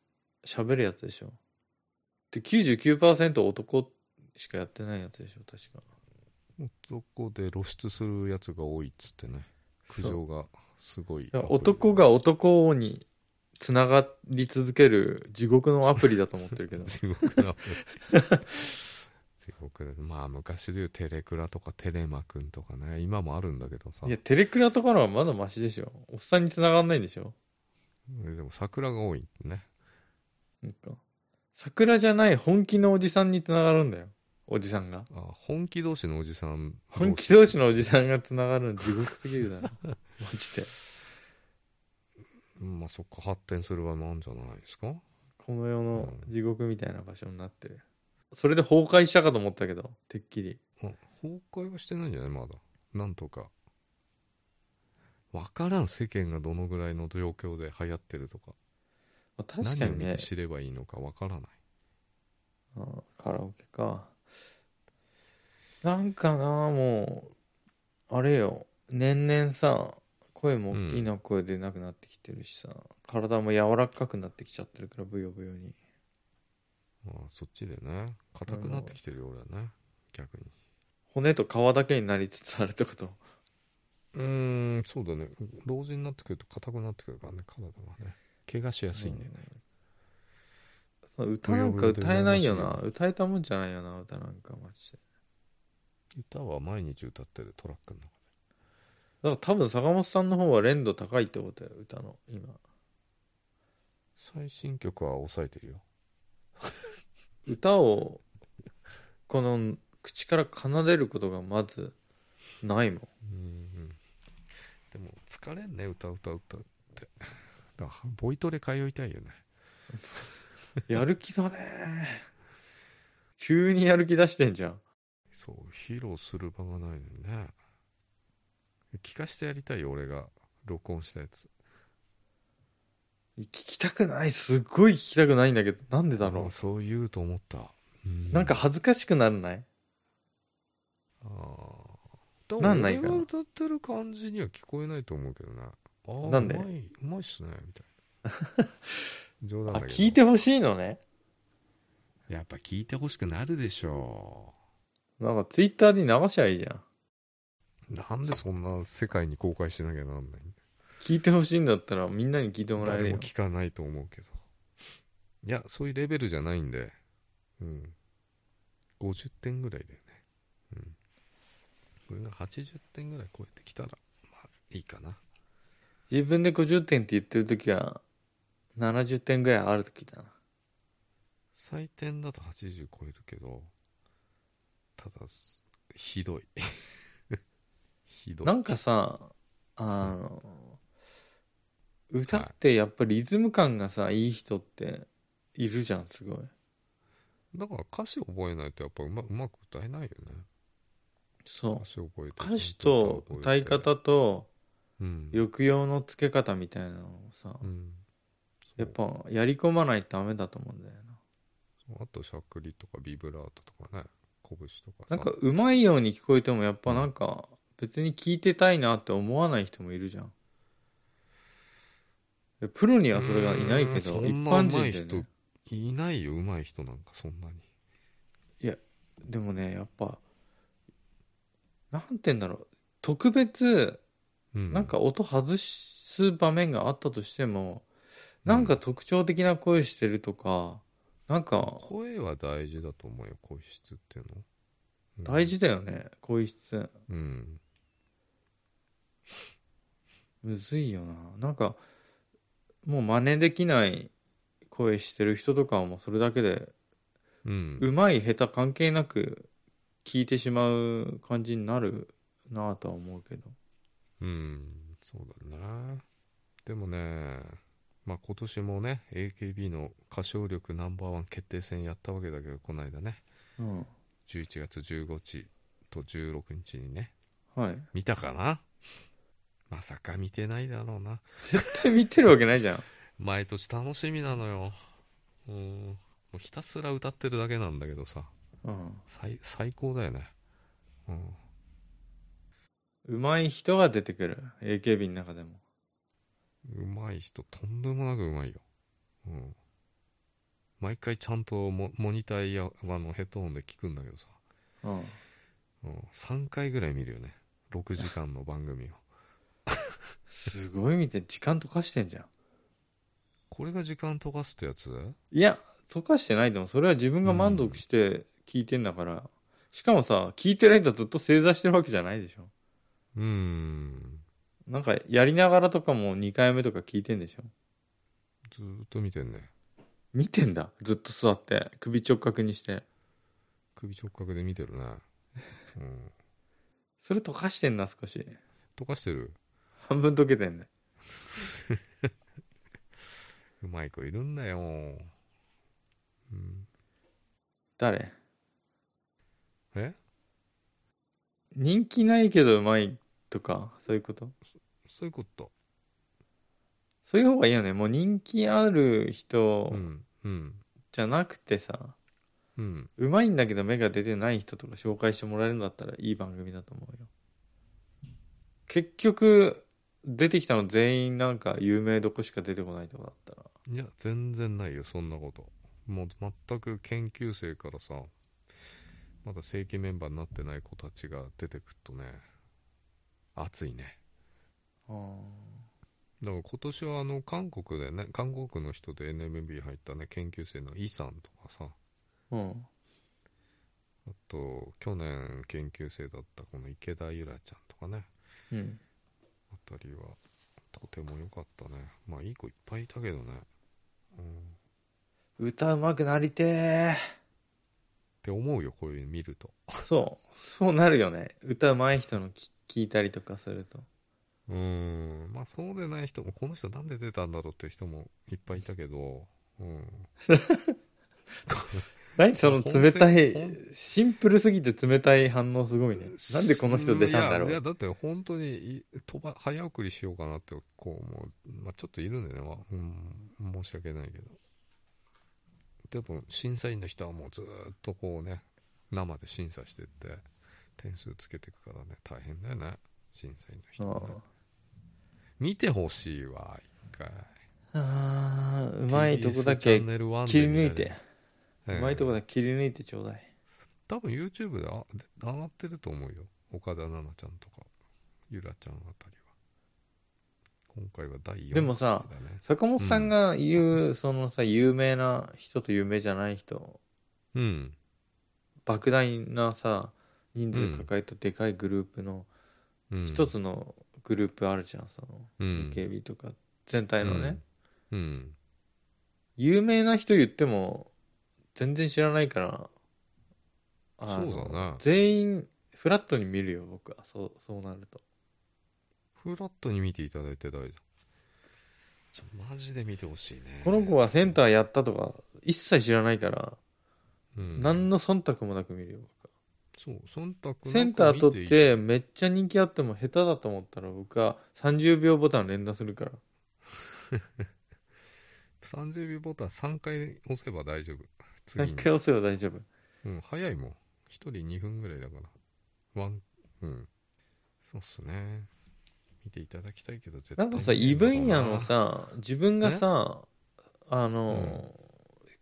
S2: 喋るやつでしょで99%男しかやってないやつでしょ確か
S1: 男で露出するやつが多いっつってね、苦情がすごい。
S2: いや男が男につながり続ける地獄のアプリだと思って
S1: <laughs>
S2: るけど
S1: 地獄
S2: <laughs>
S1: だ地獄だまあ昔でいうテレクラとかテレマくんとかね今もあるんだけどさ
S2: いやテレクラとかのはまだマシでしょおっさんにつながんないんでしょ
S1: でも桜が多いね
S2: なんか桜じゃない本気のおじさんにつながるんだよおじさんが
S1: あ本気同士のおじさん
S2: 本気同士のおじさんがつながるの地獄すぎるだ
S1: <laughs>
S2: ろマジで
S1: うんまあそっか発展するはなんじゃないですか
S2: この世の地獄みたいな場所になってる、それで崩壊したかと思ったけどてっきり
S1: うん崩壊はしてないんじゃないまだなんとか分からん世間がどのぐらいの状況で流行ってるとか
S2: まあ確かに
S1: 何を見
S2: ね
S1: て知ればいいのか分からない
S2: ああカラオケかなんかなもうあれよ年々さ声も大きな声でなくなってきてるしさ、体も柔らかくなってきちゃってるからブヨブヨに
S1: まあそっちでね硬くなってきてるよ俺はね逆に
S2: 骨と皮だけになりつつあるってこと
S1: うーんそうだね老人になってくると硬くなってくるからね体がね怪我しやすいんでね、
S2: そう歌なんか歌えないよな歌えたもんじゃないよな歌なんかマジで
S1: 歌は毎日歌ってるトラックの中
S2: だから多分坂本さんの方は連度高いってことよ歌の今
S1: で最新曲は抑えてるよ
S2: 歌をこの口から奏でることがまずないもん
S1: うんでも疲れんね歌歌歌ってだからボイトレ通いたいよね
S2: やる気だね <laughs> 急にやる気出してんじゃん
S1: そう披露する場がないのにね聞かしてやりたいよ俺が録音したやつ
S2: 聞きたくないすっごい聞きたくないんだけどなんでだろ
S1: あそう言うと思った
S2: うなんか恥ずかしくならない
S1: ああ。
S2: なんないかな
S1: 俺が歌ってる感じには聞こえないと思うけどね。あー
S2: なんで
S1: うまい、うまいっすね、みたい
S2: <laughs>
S1: な。冗
S2: あ
S1: 談だけど。
S2: 聞いてほしいのね
S1: やっぱ聞いてほしくなるでしょ
S2: なんかツイッターに流しゃいいじゃん
S1: う。なんでそんな世界に公開しなきゃなんないん
S2: 聞いてほしいんだったらみんなに聞いてもらえる
S1: 誰
S2: よ
S1: も聞かないと思うけど。いや、そういうレベルじゃないんで。うん。50点ぐらいだよね。うん。これが80点ぐらい超えてきたら、まあいいかな。
S2: 自分で50点って言ってる時は70点ぐらいある時だな
S1: 採点だと80超えるけどただすひどい <laughs> ひどい
S2: なんかさあの、歌ってやっぱりリズム感がさいい人っているじゃんすごい
S1: だから歌詞覚えないとやっぱうまうまく歌えないよね
S2: そう
S1: 歌詞覚えて
S2: 歌詞と歌い方と
S1: うん、
S2: 抑揚のつけ方みたいなのをさ
S1: うん、
S2: やっぱやり込まないとダメだと思うんだよな
S1: そうあとしゃくりとかビブラートとかね拳とかさ
S2: なんかうまいように聞こえてもやっぱなんか別に聞いてたいなって思わない人もいるじゃんでプロにはそれがいないけど
S1: うー
S2: 一
S1: んそんな
S2: 般
S1: 上手い
S2: 人
S1: 人
S2: で、ね、
S1: いないようまい人なんかそんなに
S2: でもねやっぱなんて言うんだろう特別
S1: うん
S2: なんか音外す場面があったとしても、なんか特徴的な声してるとかなんか
S1: 声は大事だと思うよ声質っていうの、うん
S2: 大事だよね声質
S1: うん
S2: むずいよななんかもう真似できない声してる人とかはもうそれだけで
S1: うん
S2: うまい下手関係なく聞いてしまう感じになるなぁとは思うけど
S1: うん、そうだな。でもね、まあ今年もね、AKB の歌唱力ナンバーワン決定戦やったわけだけど、この間ね、
S2: うん
S1: 11月15日と16日にね、
S2: はい <laughs>
S1: 見たかなまさか見てないだろうな。
S2: 絶対見てるわけないじゃん。
S1: 毎年楽しみなのよ。うん。もうひたすら歌ってるだけなんだけどさ。
S2: うん。
S1: 最、最高だよね。うん。
S2: うまい人が出てくる。AKB の中でも。
S1: うまい人、とんでもなくうまいよ。うん。毎回ちゃんとモモニターや、あの、ヘッドホンで聞くんだけどさ。
S2: うん。
S1: うん。3回ぐらい見るよね。6時間の番組を。
S2: すごい見て、時間溶かしてんじゃん。
S1: これが時間溶かすってやつ
S2: いや、溶かしてないでも、それは自分が満足して聞いてんだから。しかもさ、聞いてる間ずっと正座してるわけじゃないでしょ。
S1: うーん。
S2: なんか、やりながらとかも2回目とか聞いてんでしょ。
S1: ずーっと見てんね。
S2: 見てんだ。ずっと座って、首直角にして。
S1: 首直角で見てるね。うん。
S2: それ溶かしてんな、少し。
S1: 溶かしてる。
S2: 半分溶けてんね。
S1: うまい子いるんだよ。うん。
S2: 誰
S1: え
S2: 人気ないけどうまいとか、そういうこと
S1: そういうこと。
S2: そういう方がいいよね。もう人気ある人
S1: うん。うん。
S2: じゃなくてさ、
S1: うん。
S2: うまいんだけど芽が出てない人とか紹介してもらえるんだったらいい番組だと思うよ。結局、出てきたの全員なんか有名どこしか出てこないとかだったら。
S1: いや、全然ないよ、そんなこと。もう全く研究生からさ、まだ正規メンバーになってない子たちが出てくるとね、熱いね。だから今年はあの、韓国でね、韓国の人で NMB 入ったね、研究生のイさんとかさ、
S2: うん。
S1: あと、去年研究生だったこの池田ゆらちゃんとかね、
S2: うん。
S1: あたりは、とても良かったね。まあ、いい子いっぱいいたけどね。うん。
S2: 歌うまくなりて
S1: って思うよ、こういうの見ると。
S2: ー。そう。そうなるよね。歌うまい人の聞聞いたりとかすると。
S1: うーん。まあ、そうでない人も、この人なんで出たんだろうって人もいっぱいいたけど、うん。
S2: 何その冷たい
S1: 本、
S2: シンプルすぎて冷たい反応すごいね。なんでこの人出たんだろ
S1: いや、いや
S2: う。
S1: だって本当にい飛ば、早送りしようかなって、こう、もう、まあ、ちょっといるんだよね、まあうん。申し訳ないけど。でも、審査員の人はもうずーっとこうね、生で審査してって、点数つけていくからね、大変だよね、審査員の人、ね。見てほしいわ、一回。
S2: あーうまいとこだ
S1: TBS チャ
S2: け
S1: ンネル1
S2: 切
S1: で
S2: り
S1: 見られ
S2: 抜
S1: る
S2: いて。、
S1: ええ
S2: うまいとこだけ切り抜いてちょうだい。
S1: 多分 YouTube であで上がってると思うよ岡田奈々ちゃんとかゆらちゃんあたりは今回は第4回
S2: でもさ
S1: だね
S2: 坂本さんが言う、そのさ、有名な人と有名じゃない人、
S1: うん
S2: 莫大なさ、人数抱えたでかいグループの、
S1: うん
S2: 一つのグループあるじゃん、その、
S1: うん
S2: AKB とか、全体のね。
S1: うんうん
S2: 有名な人言っても全然知らないからあの
S1: そうだね
S2: 全員フラットに見るよ僕はそうそうなると
S1: フラットに見ていただいて大丈夫ちょマジで見てほしいね
S2: この子はセンターやったとか一切知らないから、
S1: うん
S2: 何の忖度もなく見るよ僕は
S1: そう忖度なく
S2: センター取っ
S1: 見いい
S2: てめっちゃ人気あっても下手だと思ったら僕は30秒ボタン連打するから
S1: 30秒ボタン3回押せば大丈夫次
S2: 何
S1: に
S2: 回押せば大丈夫
S1: うん、早いもん。一人2分ぐらいだから。ワン、うん。そうっすね。見ていただきたいけど、絶
S2: な
S1: 対
S2: ん
S1: 見
S2: か
S1: ない
S2: さ
S1: だろうな。
S2: イブンヤのさ自分がさあの、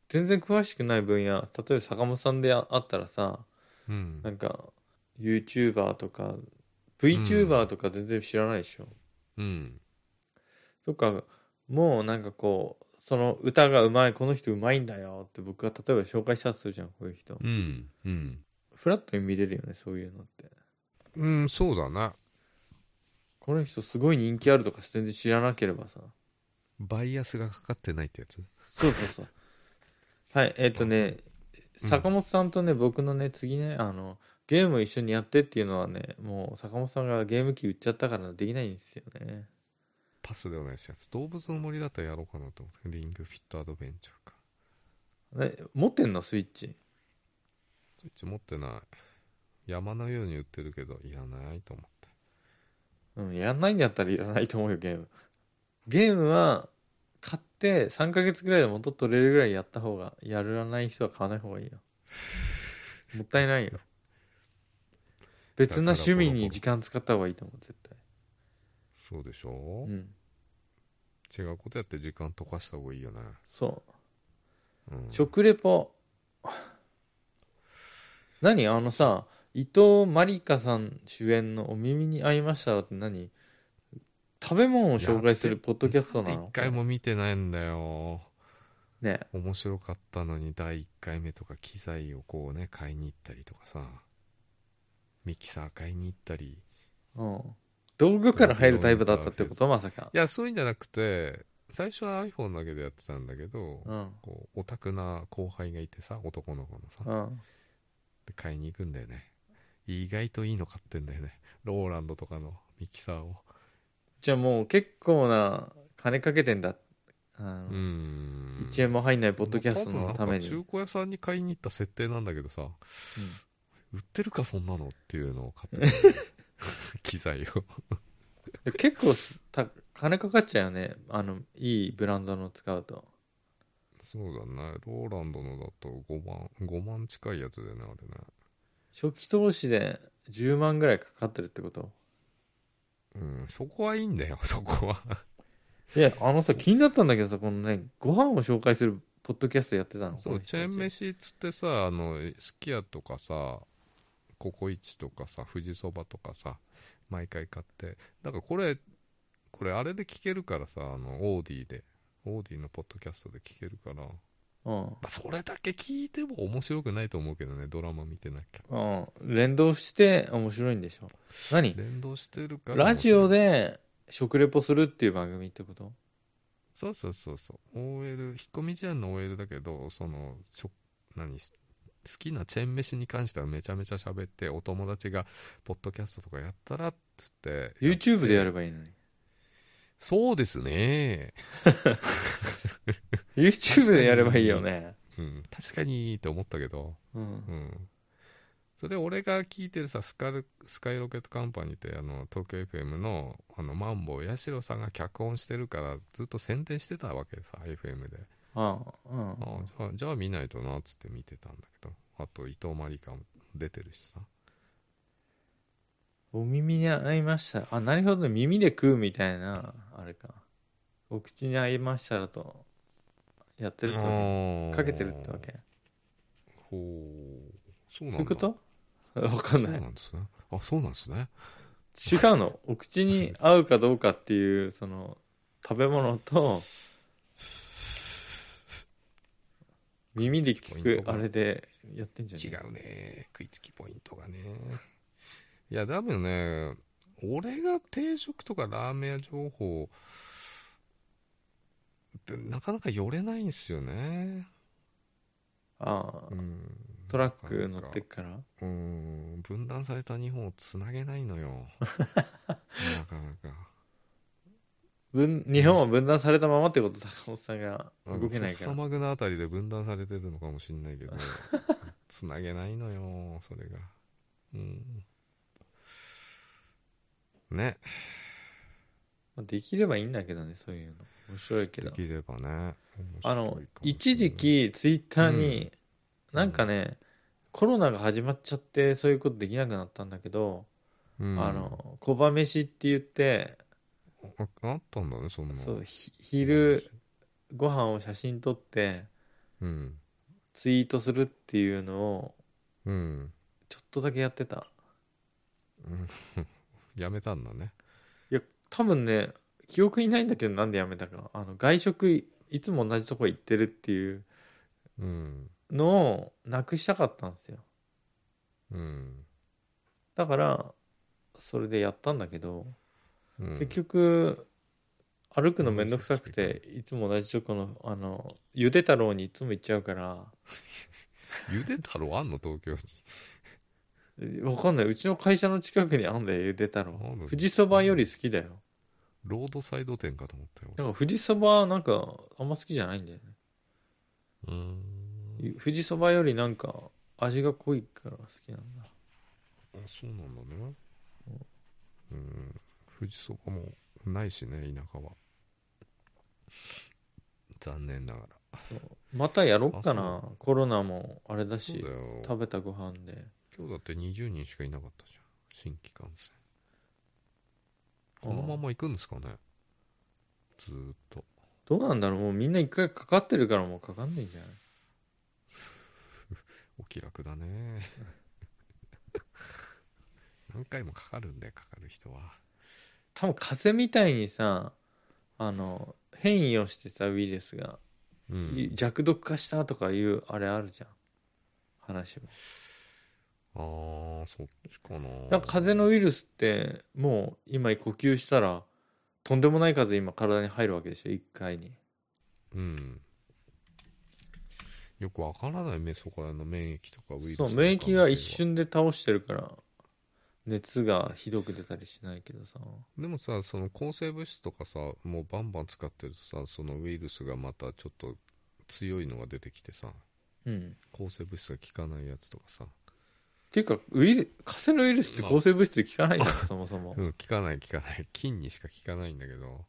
S2: 全然詳しくない分野例えば坂本さんでああったらさ
S1: うん、
S2: なんか YouTuber とか VTuber とか全然知らないでしょ、
S1: うん。
S2: とかもうなんかこうその歌がうまいこの人うまいんだよって僕が例えば紹介したとするじゃんこういう人、
S1: うん。うん。
S2: フラットに見れるよねそういうのって
S1: うん、そうだな。
S2: この人すごい人気あるとか全然知らなければさ
S1: バイアスがかかってないってやつ
S2: そうそう <laughs> そうはいえっ、とね
S1: うん
S2: 坂本さんとね、僕のね次ねあのゲーム一緒にやってっていうのはねもう坂本さんがゲーム機売っちゃったからできないんですよね
S1: パスでお願いします。動物の森だったらやろうかなと思って。リングフィットアドベンチャーか。
S2: ね持ってんのスイッチ
S1: スイッチ持ってない。山のように売ってるけど、いらないと思って。
S2: うん、やんないんだったらいらないと思うよ、ゲーム。ゲームは、買って3ヶ月ぐらいで元取れるぐらいやった方が、やらない人は買わない方がいいよ。もったいないよ。別な趣味に時間使った方がいいと思う、絶対。
S1: そうでしょ、
S2: うん。
S1: 違うことやって時間溶かした方がいいよね。
S2: そう。
S1: うん。
S2: 食レポ何あのさ伊藤まりかさん主演の「お耳に合いましたら」って何食べ物を紹介するポッドキャストなの
S1: 一回も見てないんだよ。
S2: ね
S1: 面白かったのに第1回目とか機材をこうね、買いに行ったりとかさ。ミキサー買いに行ったり。
S2: うん道具から入るタイプだったってことまさか
S1: いや、そういうんじゃなくて、最初は iPhone だけでやってたんだけど、
S2: うん
S1: こうオタクな後輩がいてさ男の子のさ
S2: うん
S1: で買いに行くんだよね意外といいの買ってんだよねローランドとかのミキサーを
S2: じゃあもう結構な金かけてんだあの
S1: うーん
S2: 1円も入んないポッドキャストのため
S1: 多分な
S2: に
S1: んか中古屋さんに買いに行った設定なんだけどさ、売ってるかそんなのっていうのを買って
S2: <laughs>
S1: た機材を
S2: で結構すた金かかっちゃうよねあのいいブランドの使うと
S1: そうだねローランドのだと5万5万近いやつでねあれね
S2: 初期投資で10万ぐらいかかってるってこと
S1: うんそこはいいんだよ <laughs> そこはい
S2: や、あのさ、気になったんだけどさ、このね、ご飯を紹介するポッドキャストやってたの
S1: そうチェーン。飯っつってさあのすき家とかさココイチとかさ富士そばとかさ毎回買ってだからこれこれあれで聞けるからさあのオーディでオーディのポッドキャストで聞けるから、ま
S2: この人
S1: あ、それだけ聞いても面白くないと思うけどねドラマ見てなきゃ
S2: うん。うん。連動して面白いんでしょ。何
S1: 連動してるから
S2: ラジオ
S1: 面白い
S2: で食レポするっていう番組ってこと
S1: そうそうそうそう OL 引っ込み思案の OL だけどそのしょ何好きなチェーン飯に関してはめちゃめちゃ喋ってお友達がポッドキャストとかやったらっつって
S2: ?YouTube でやればいいのに。
S1: そうですね
S2: YouTube でやればいいよね。
S1: うん確かにって思ったけど
S2: うん
S1: う。んそれ俺が聞いてるさスカルスカイロケットカンパニーってあの東京 FM のあのマンボウ八代さんが脚本してるからずっと宣伝してたわけさ FM で
S2: あうん。
S1: ああじゃあじゃあ見ないとなっつって見てたんだけどあと伊藤真理香も出てるしさ
S2: お耳に合いましたら。あ、なるほどね。耳で食うみたいな、あれか。お口に合いましたらと、やってるってわけ。かけてるってわけ。
S1: ほうそうなんだ
S2: そういうことわかん
S1: そ
S2: な
S1: う
S2: い
S1: な。んですねあそうなんですね
S2: 違うの。お口に合うかどうかっていう、その、食べ物と、耳で聞く、あれでやってんじゃ
S1: 違
S2: ないう
S1: ね食いつきポイントがねいや多分ね俺が定食とかラーメン屋情報ってなかなか寄れないんですよね
S2: ああ
S1: う、ん
S2: トラック乗ってっから。
S1: うん分断された日本をつなげないの
S2: <laughs>
S1: よなかなか
S2: 分日本は分断されたままってこと、坂本さんが動け
S1: フ
S2: ないか
S1: ッサ
S2: ら。
S1: マグナあたりで分断されてるのかもしんないけ
S2: <laughs>
S1: どつなげないのよそれがうんね
S2: まあできればいいんだけどね、そういうの。面白いけ
S1: で
S2: ど。
S1: きればね
S2: あ
S1: 面白いかも
S2: の
S1: しれない、
S2: 一時期、ツイッターに、なんかね、コロナが始まっちゃって、そういうことできなくなったんだけど、
S1: うん
S2: あの、小判飯って言って、
S1: ああったんだねそんな
S2: そう、ひ昼、ご飯を写真撮って、
S1: うん
S2: ツイートするっていうのを、
S1: うん、
S2: ちょっとだけやってた。
S1: うん、やめたんだね
S2: いや、多分ね、記憶にないんだけど、なんでやめたか。あの、外食い、いつも同じとこ行ってるっていう
S1: うん
S2: のを、なくしたかったんですよ。
S1: うん、
S2: だから、それでやったんだけど、
S1: うん、
S2: 結局、歩くのめんどくさくて、いつも同じとこの、あの、ゆで太郎にいつも行っちゃうから、
S1: ゆで太郎あんの東京に
S2: えわかんない。うちの会社の近くにあんだよ、ゆで太郎
S1: あるんだ。
S2: 富士そばより好きだよ。
S1: ロードサイド店かと思ったよ
S2: なんか富士そばなんかあんま好きじゃないんだよ
S1: 俺うーん
S2: ね。富士そばよりなんか味が濃いから好きなんだ。
S1: あそうなんだねうん富士そばもないしね田舎は残念ながら
S2: そうまたやろっか
S1: あ
S2: なコロナもあれだ
S1: そう
S2: し
S1: だよ
S2: 食べたご飯で
S1: 今日だって20人しかいなかったじゃん新規感染このまま行くんですかねずーっと
S2: どうなんだろうもうみんな一回かかってるからもうかかんないんじゃない
S1: お気楽だ
S2: <laughs>
S1: ね何回もかかるんだよかかる人は
S2: 多分風邪みたいにさあの変異をしてさウイルスが、
S1: うん
S2: 弱毒化したとかいうあれあるじゃん話も
S1: あーそっちかな
S2: なんか風邪のウイルスってもう今呼吸したらとんでもない数今体に入るわけでしょ一回に
S1: うんよくわからないねそこらの免疫とかウイルス
S2: そう
S1: とか
S2: 免疫が一瞬で倒してるから熱がひどく出たりしないけどさ
S1: でもさその抗生物質とかさもうバンバン使ってるとさそのウイルスがまたちょっと強いのが出てきてさ
S2: うん
S1: 抗生物質が効かないやつとかさ、
S2: っていうかウイル風邪のウイルスって抗生物質効かないんだよ、そもそも
S1: うん、効かない効かない菌にしか効かないんだけど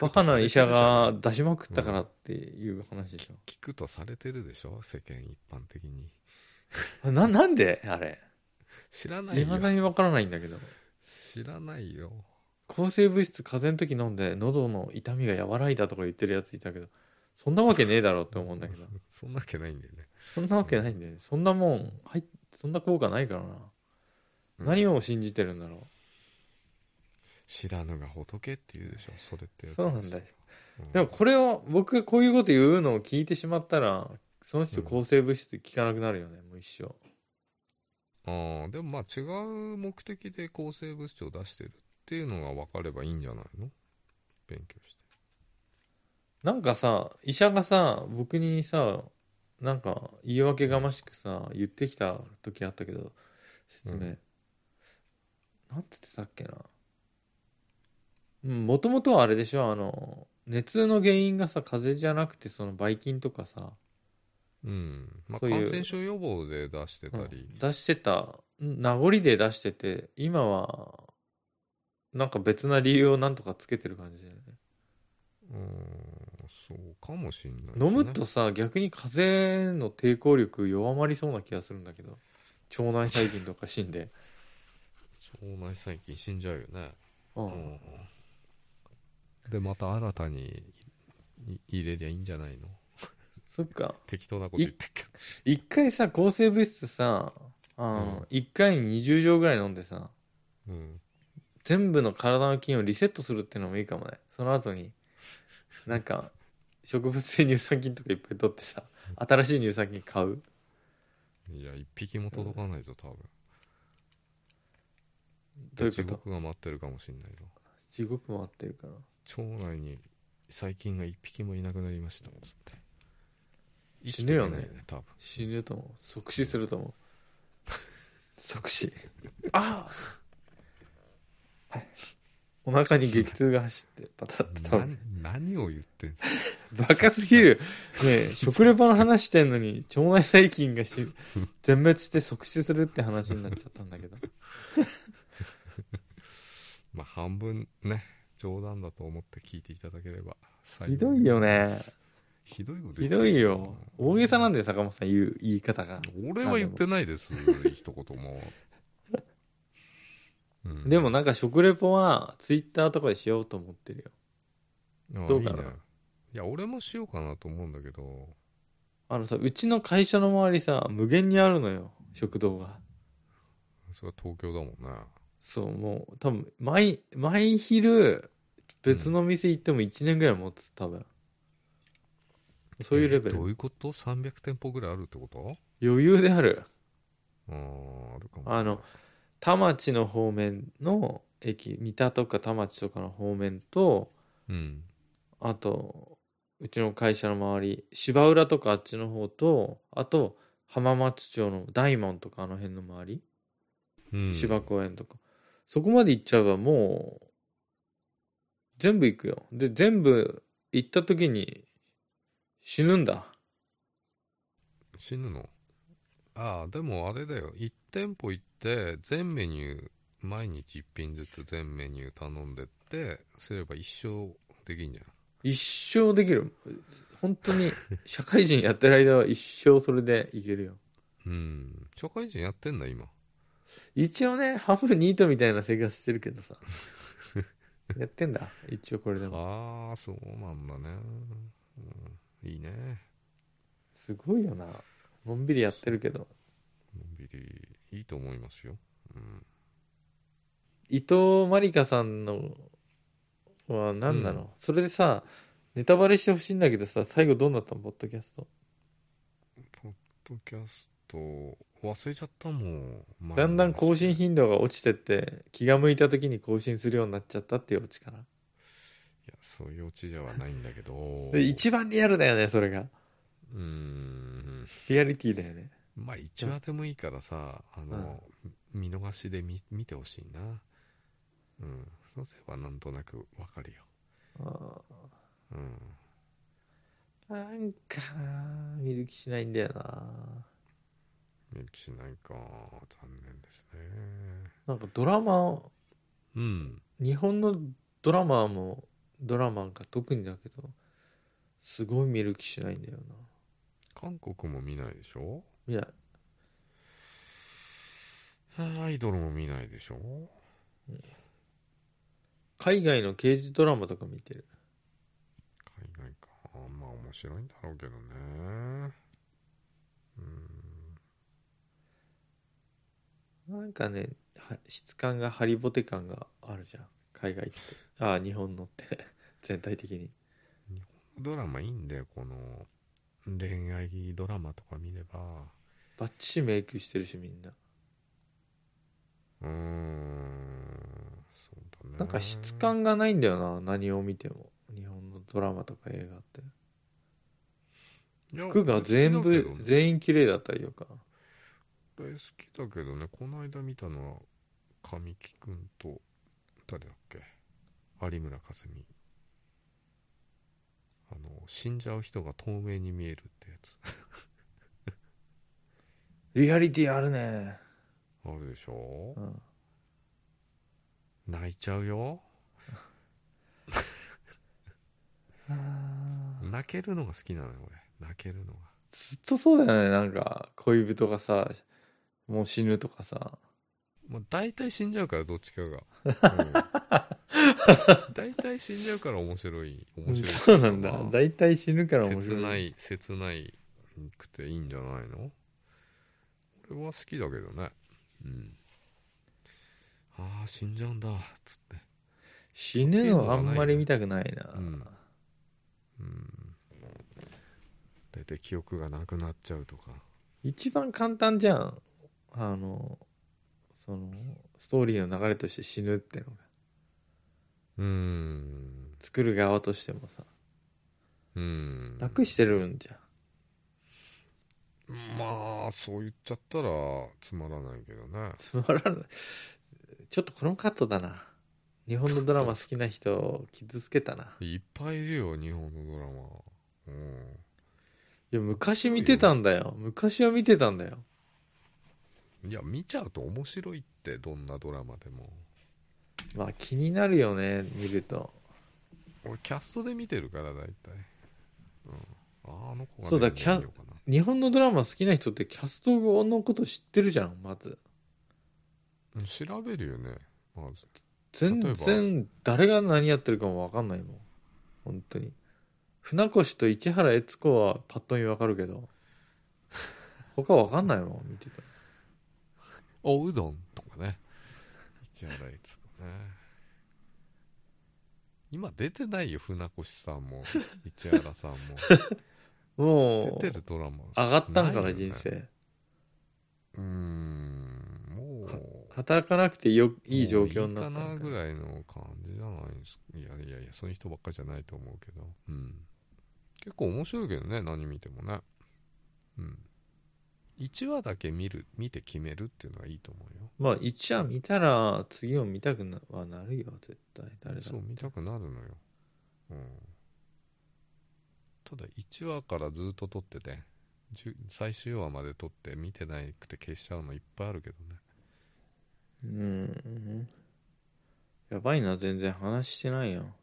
S2: バカな医者が出しまくったからっていう話でしょ。
S1: 効くとされてるでしょ世間一般的に
S2: あな、なんであれ。
S1: 知らない
S2: い
S1: よ
S2: まだにわからないんだけど。
S1: 知らないよ
S2: 抗生物質風邪の時飲んで喉の痛みが和らいだとか言ってるやついたけど、そんなわけねえだろうって思うんだけど。
S1: そんなわけないんだよね
S2: <laughs> そんなわけないんだよね。そんなもん、はい、そんな効果ないからな。
S1: うん
S2: 何を信じてるんだろ
S1: 知らぬが仏って言うでしょそれってやつ
S2: そうなんだよ
S1: うん
S2: う。でもこれを、僕がこういうこと言うのを聞いてしまったら、その人抗生物質効かなくなるよね、もう一生。
S1: ああでもまあ違う目的で抗生物質を出してるっていうのが分かればいいんじゃないの勉強して
S2: なんかさ、医者がさ、僕にさ、なんか言い訳がましくさ、言ってきた時あったけど、説明。
S1: うん
S2: なんつってたっけな。うん、もともとはあれでしょ、あの、熱の原因がさ、風邪じゃなくて、その、ばい菌とかさ、
S1: うんまあ
S2: そういう
S1: 感染症予防で出してたり
S2: 出してた、うん名残で出してて、今は、なんか別な理由をなんとかつけてる感じだよね。
S1: うんそうかもしんないですね
S2: 飲むとさ逆に風邪の抵抗力弱まりそうな気がするんだけど腸内細菌とか死んで、
S1: 腸内細菌死んじゃうよね
S2: うん
S1: でまた新たにい入れりゃいいんじゃないの
S2: そっか
S1: 適当なこと言ってっけど
S2: 一回さ抗生物質さあ
S1: うん
S2: の、一回に20錠ぐらい飲んでさ
S1: うん
S2: 全部の体の菌をリセットするってのもいいかもねその後になんか植物性乳酸菌とかいっぱい取ってさ新しい乳酸菌買う
S1: いや一匹も届かないぞ多分
S2: どういうこと
S1: 地獄が待ってるかもしんないよ
S2: 地獄回ってるから
S1: 腸内に細菌が一匹もいなくなりましたつって
S2: 死ぬよね
S1: 生きていけない多分
S2: 死ぬと思う即死すると思う即死ああお腹に激痛が走ってパタッて倒れる
S1: な何を言ってんすか
S2: バカすぎるねえ食レポの話してんのに腸内細菌がし全滅して即死するって話になっちゃったんだけど
S1: まあ半分ね冗談だと思って聞いていただければ幸
S2: ひどいよね
S1: ひどいこと言
S2: ひ
S1: って
S2: どいよ大げさなん
S1: で
S2: だよ坂本さん言う言い方が
S1: 俺は言ってないです一言
S2: <laughs>
S1: も、うん
S2: でもなんか食レポはツイッターとかでしようと思ってるよ
S1: ああ
S2: どうかない
S1: い,、ね、いや俺もしようかなと思うんだけど
S2: あのさうちの会社の周りさ無限にあるのよ食堂が
S1: それは東京だもんね
S2: そう、もう、多分、毎、毎昼、別の店行っても1年ぐらい持つ、多分。そういうレベ
S1: えどう
S2: ル。
S1: いうこと300店舗ぐらいあるってこと
S2: 余裕である。
S1: あああるかも
S2: あの、田町の方面の駅、三田とか田町とかの方面と、
S1: うん
S2: あと、うちの会社の周り、芝浦とかあっちの方と、あと、浜松町の大門とかあの辺の周り、
S1: うん
S2: 芝公園とか、そこまで行っちゃえばもう全部行くよで全部行った時に死ぬんだ
S1: 死ぬのああでもあれだよ1店舗行って全メニュー毎日一品ずつ全メニュー頼んでってすれば一生できんじゃん
S2: 一生できる本
S1: <laughs>
S2: 当に社会人やってる間は一生それでいけるよ
S1: うん社会人やってんだ今
S2: 一応ねハムニートみたいな生活してるけど
S1: <laughs>
S2: さやってんだ一応これでも
S1: ああそうなんだね、うん、いいね
S2: すごいよなのんびりやってるけど
S1: のんびりいいと思いますよ、うん、
S2: 伊藤まりかさんのは何なの、
S1: うん
S2: それでさネタバレしてほしいんだけどさ最後どうなったのポッドキャスト
S1: ポッドキャスト忘れちゃったもん前の話
S2: だんだん更新頻度が落ちてって気が向いた時に更新するようになっちゃったっていうオチかない
S1: やそういうオチではないんだけど
S2: で一番リアルだよねそれが
S1: うーん
S2: リアリティだよね
S1: まあ一話でもいいからさ、あの、見逃しで見見てほしいな。うん。そうすればなんとなくわかるよ。
S2: あ
S1: うん。
S2: ーなんかな見る気しないんだよな
S1: 見る気しないか。残念ですね。
S2: なんかドラマ
S1: うん。
S2: 日本のドラマもドラマが特にだけどすごい見る気しないんだよな
S1: 韓国も見ないでしょ
S2: 見ない
S1: アイドルも見ないでしょ
S2: 海外の刑事ドラマとか見てる
S1: 海外か。まあ面白いんだろうけどね。うん。
S2: なんかねは質感がハリボテ感があるじゃん海外ってああ日本のって <laughs> 全体的に
S1: ドラマいいんだよ、この恋愛ドラマとか見れば。
S2: バッチリメイクしてるしみんな
S1: うーんそうだね。
S2: なんか質感がないんだよな何を見ても日本のドラマとか映画って
S1: いや
S2: 服が全
S1: 俺好きだ
S2: 部
S1: けどね
S2: 全員綺麗だったりとか
S1: 俺好きだけどね、この間見たのは、神木くんと、誰だっけ有村架純。あの、死んじゃう人が透明に見えるってやつ。
S2: リアリティあるね
S1: あるでしょ
S2: うん
S1: 泣いちゃうよ。
S2: あー
S1: 泣けるのが好きなのよ、俺。泣けるのが。
S2: ずっとそうだよねなんか恋人がさもう死ぬとかさ
S1: まあ、大体死んじゃうから、どっちかが。うん大体死んじゃうから面白い。面白い。
S2: そうなんだ
S1: まあ
S2: 大体死ぬから面白
S1: 切
S2: い
S1: ない切ないくていいんじゃないの俺は好きだけどねうんああ死んじゃうんだっつって
S2: 死ぬのはあんまり見たくないな、
S1: うんうん大体記憶がなくなっちゃうとか
S2: 一番簡単じゃんあのそのストーリーの流れとして死ぬってのが
S1: うーん
S2: 作る側としてもさ
S1: うーん
S2: 楽してるん <laughs> じゃん
S1: まあそう言っちゃったらつまらないけどね
S2: つまらないちょっとこのカットだな日本のドラマ好きな人を傷つけたない
S1: っぱいいるよ日本のドラマうん
S2: いや昔見てたんだよ昔は見てたんだよ
S1: いや見ちゃうと面白いってどんなドラマでも
S2: まあ気になるよね見ると
S1: 俺キャストで見てるから大体、うん、ああの子が
S2: そうだ
S1: 出るの見ようか
S2: 日本のドラマ好きな人ってキャストのこと知ってるじゃんまず
S1: な調べるよねまず
S2: 全然誰が何やってるかも分かんないもん本当に船越と市原悦子はパッと見分かるけど他分かんないもん見てて
S1: おうどんとかね市原悦子ね今出てないよ船越さんも市原さん
S2: <laughs>
S1: も
S2: もう
S1: 出てるドラマ
S2: 上がったん
S1: な
S2: かない
S1: よね
S2: 人生
S1: うーんもう
S2: 働かなくてよいい状況になったん
S1: もういい
S2: か
S1: かなぐらいの感じじゃないですかいやいやいやそういう人ばっかりじゃないと思うけどうん結構面白いけどね何見てもねうん1話だけ見る見て決めるっていうのはいいと思うよ
S2: まあ一話見たら次を見たくなはなるよ絶対誰だって
S1: そう見たくなるのようんただ1話からずっと撮ってて10最終話まで撮って見てなくて消しちゃうのいっぱいあるけどね
S2: うん。やばいな、全然話してないやん。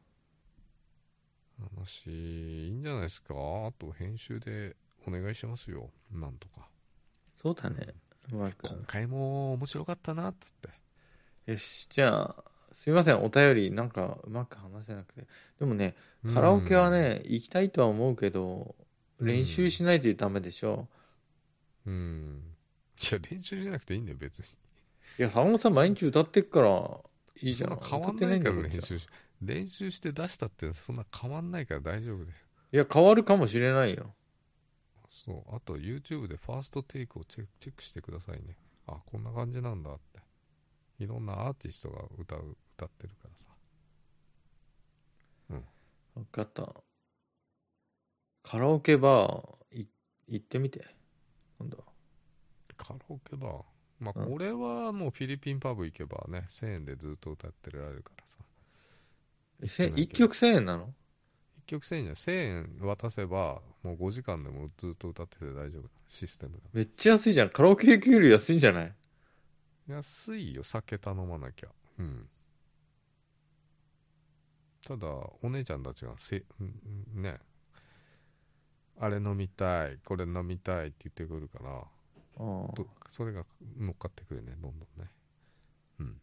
S1: 話、いいんじゃないですかあと編集でお願いしますよ。なんとか。
S2: そうだね。うまく
S1: 今回も面白かったな、つって。
S2: よし、じゃあ、すいません、お便り、なんかうまく話せなくて。でもね、カラオケはね、行きたいとは思うけど、
S1: うん
S2: 練習しないとダメでしょ。
S1: うん。うん。いや、練習じゃなくていいんだよ、別に。
S2: いや、坂本さん毎日歌ってっから、いいじゃん。
S1: そんな変わん
S2: 歌って
S1: ない
S2: ん
S1: か
S2: だ
S1: ら
S2: もんじ
S1: 練
S2: ゃあ
S1: 習し練習して出したってそんな変わんないから大丈夫だよ
S2: いや、変わるかもしれないよ。
S1: そうあと YouTube でファーストテイクをチェックチェックしてくださいねあこんな感じなんだっていろんなアーティストが歌う歌ってるからさ
S2: わかった。カラオケバー、い行ってみて。今度は。
S1: カラオケバーまあ
S2: うん
S1: これはもうフィリピンパブ行けばね1000円でずっと歌ってられるからさ
S2: せ
S1: ってないけど
S2: 一曲1000円なの
S1: 1曲1000円じゃない1000円渡せばもう5時間でもずっと歌ってて大丈夫システムだ
S2: めっちゃ安いじゃん。カラオケ行くより安いんじゃない
S1: 安いよ酒頼まなきゃうんただお姉ちゃんたちがせんんねあれ飲みたいこれ飲みたいって言ってくるから
S2: ああ
S1: とそれが乗っかってくるねどんどんねうん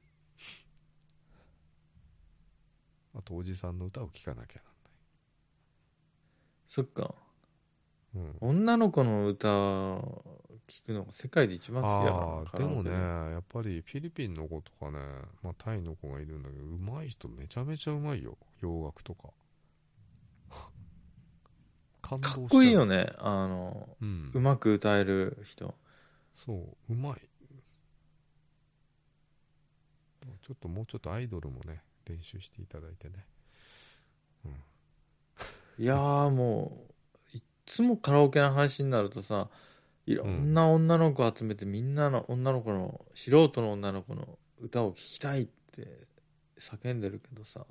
S1: あとおじさんの歌を聴かなきゃ
S2: そっか。
S1: なんない、うん、
S2: 女の子の歌、聞くのが世界で一番好き
S1: ああ
S2: だから
S1: で
S2: な。カラオ
S1: も
S2: ケ
S1: ねやっぱりフィリピンの子とかね、まあ、タイの子がいるんだけどうまい人めちゃめちゃうまいよ洋楽とか <laughs> 感動し
S2: か
S1: た
S2: っこいいよね。あの、
S1: うん
S2: うまく歌える人。
S1: そううまいちょっともうちょっとアイドルもね練習していただいてね
S2: いやーもう、いっつもカラオケの話になるとさ、いろんな女の子集めてみんなの女の子の、素人の女の子の歌を聴きたいって叫んでるけどさ、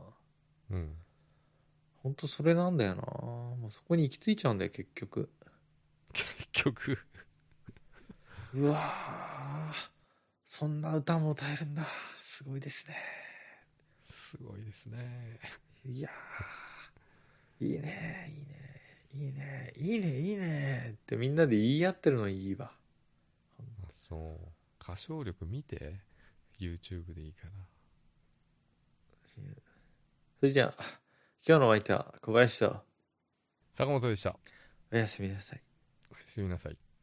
S1: うん <laughs>
S2: ほんとそれなんだよなもうそこに行き着いちゃうんだよ、結局。
S1: 結局
S2: うわー、そんな歌も歌えるんだ。すごいですね。
S1: すごいですね
S2: いやー、いいね、いいね、いいね、いいね、いいねってみんなで言い合ってるのいいわ。
S1: あそう歌唱力見て YouTube でいいかな
S2: それじゃあ、今日のお相手は小林と
S1: 坂本でした
S2: おやすみなさい。
S1: おやすみなさい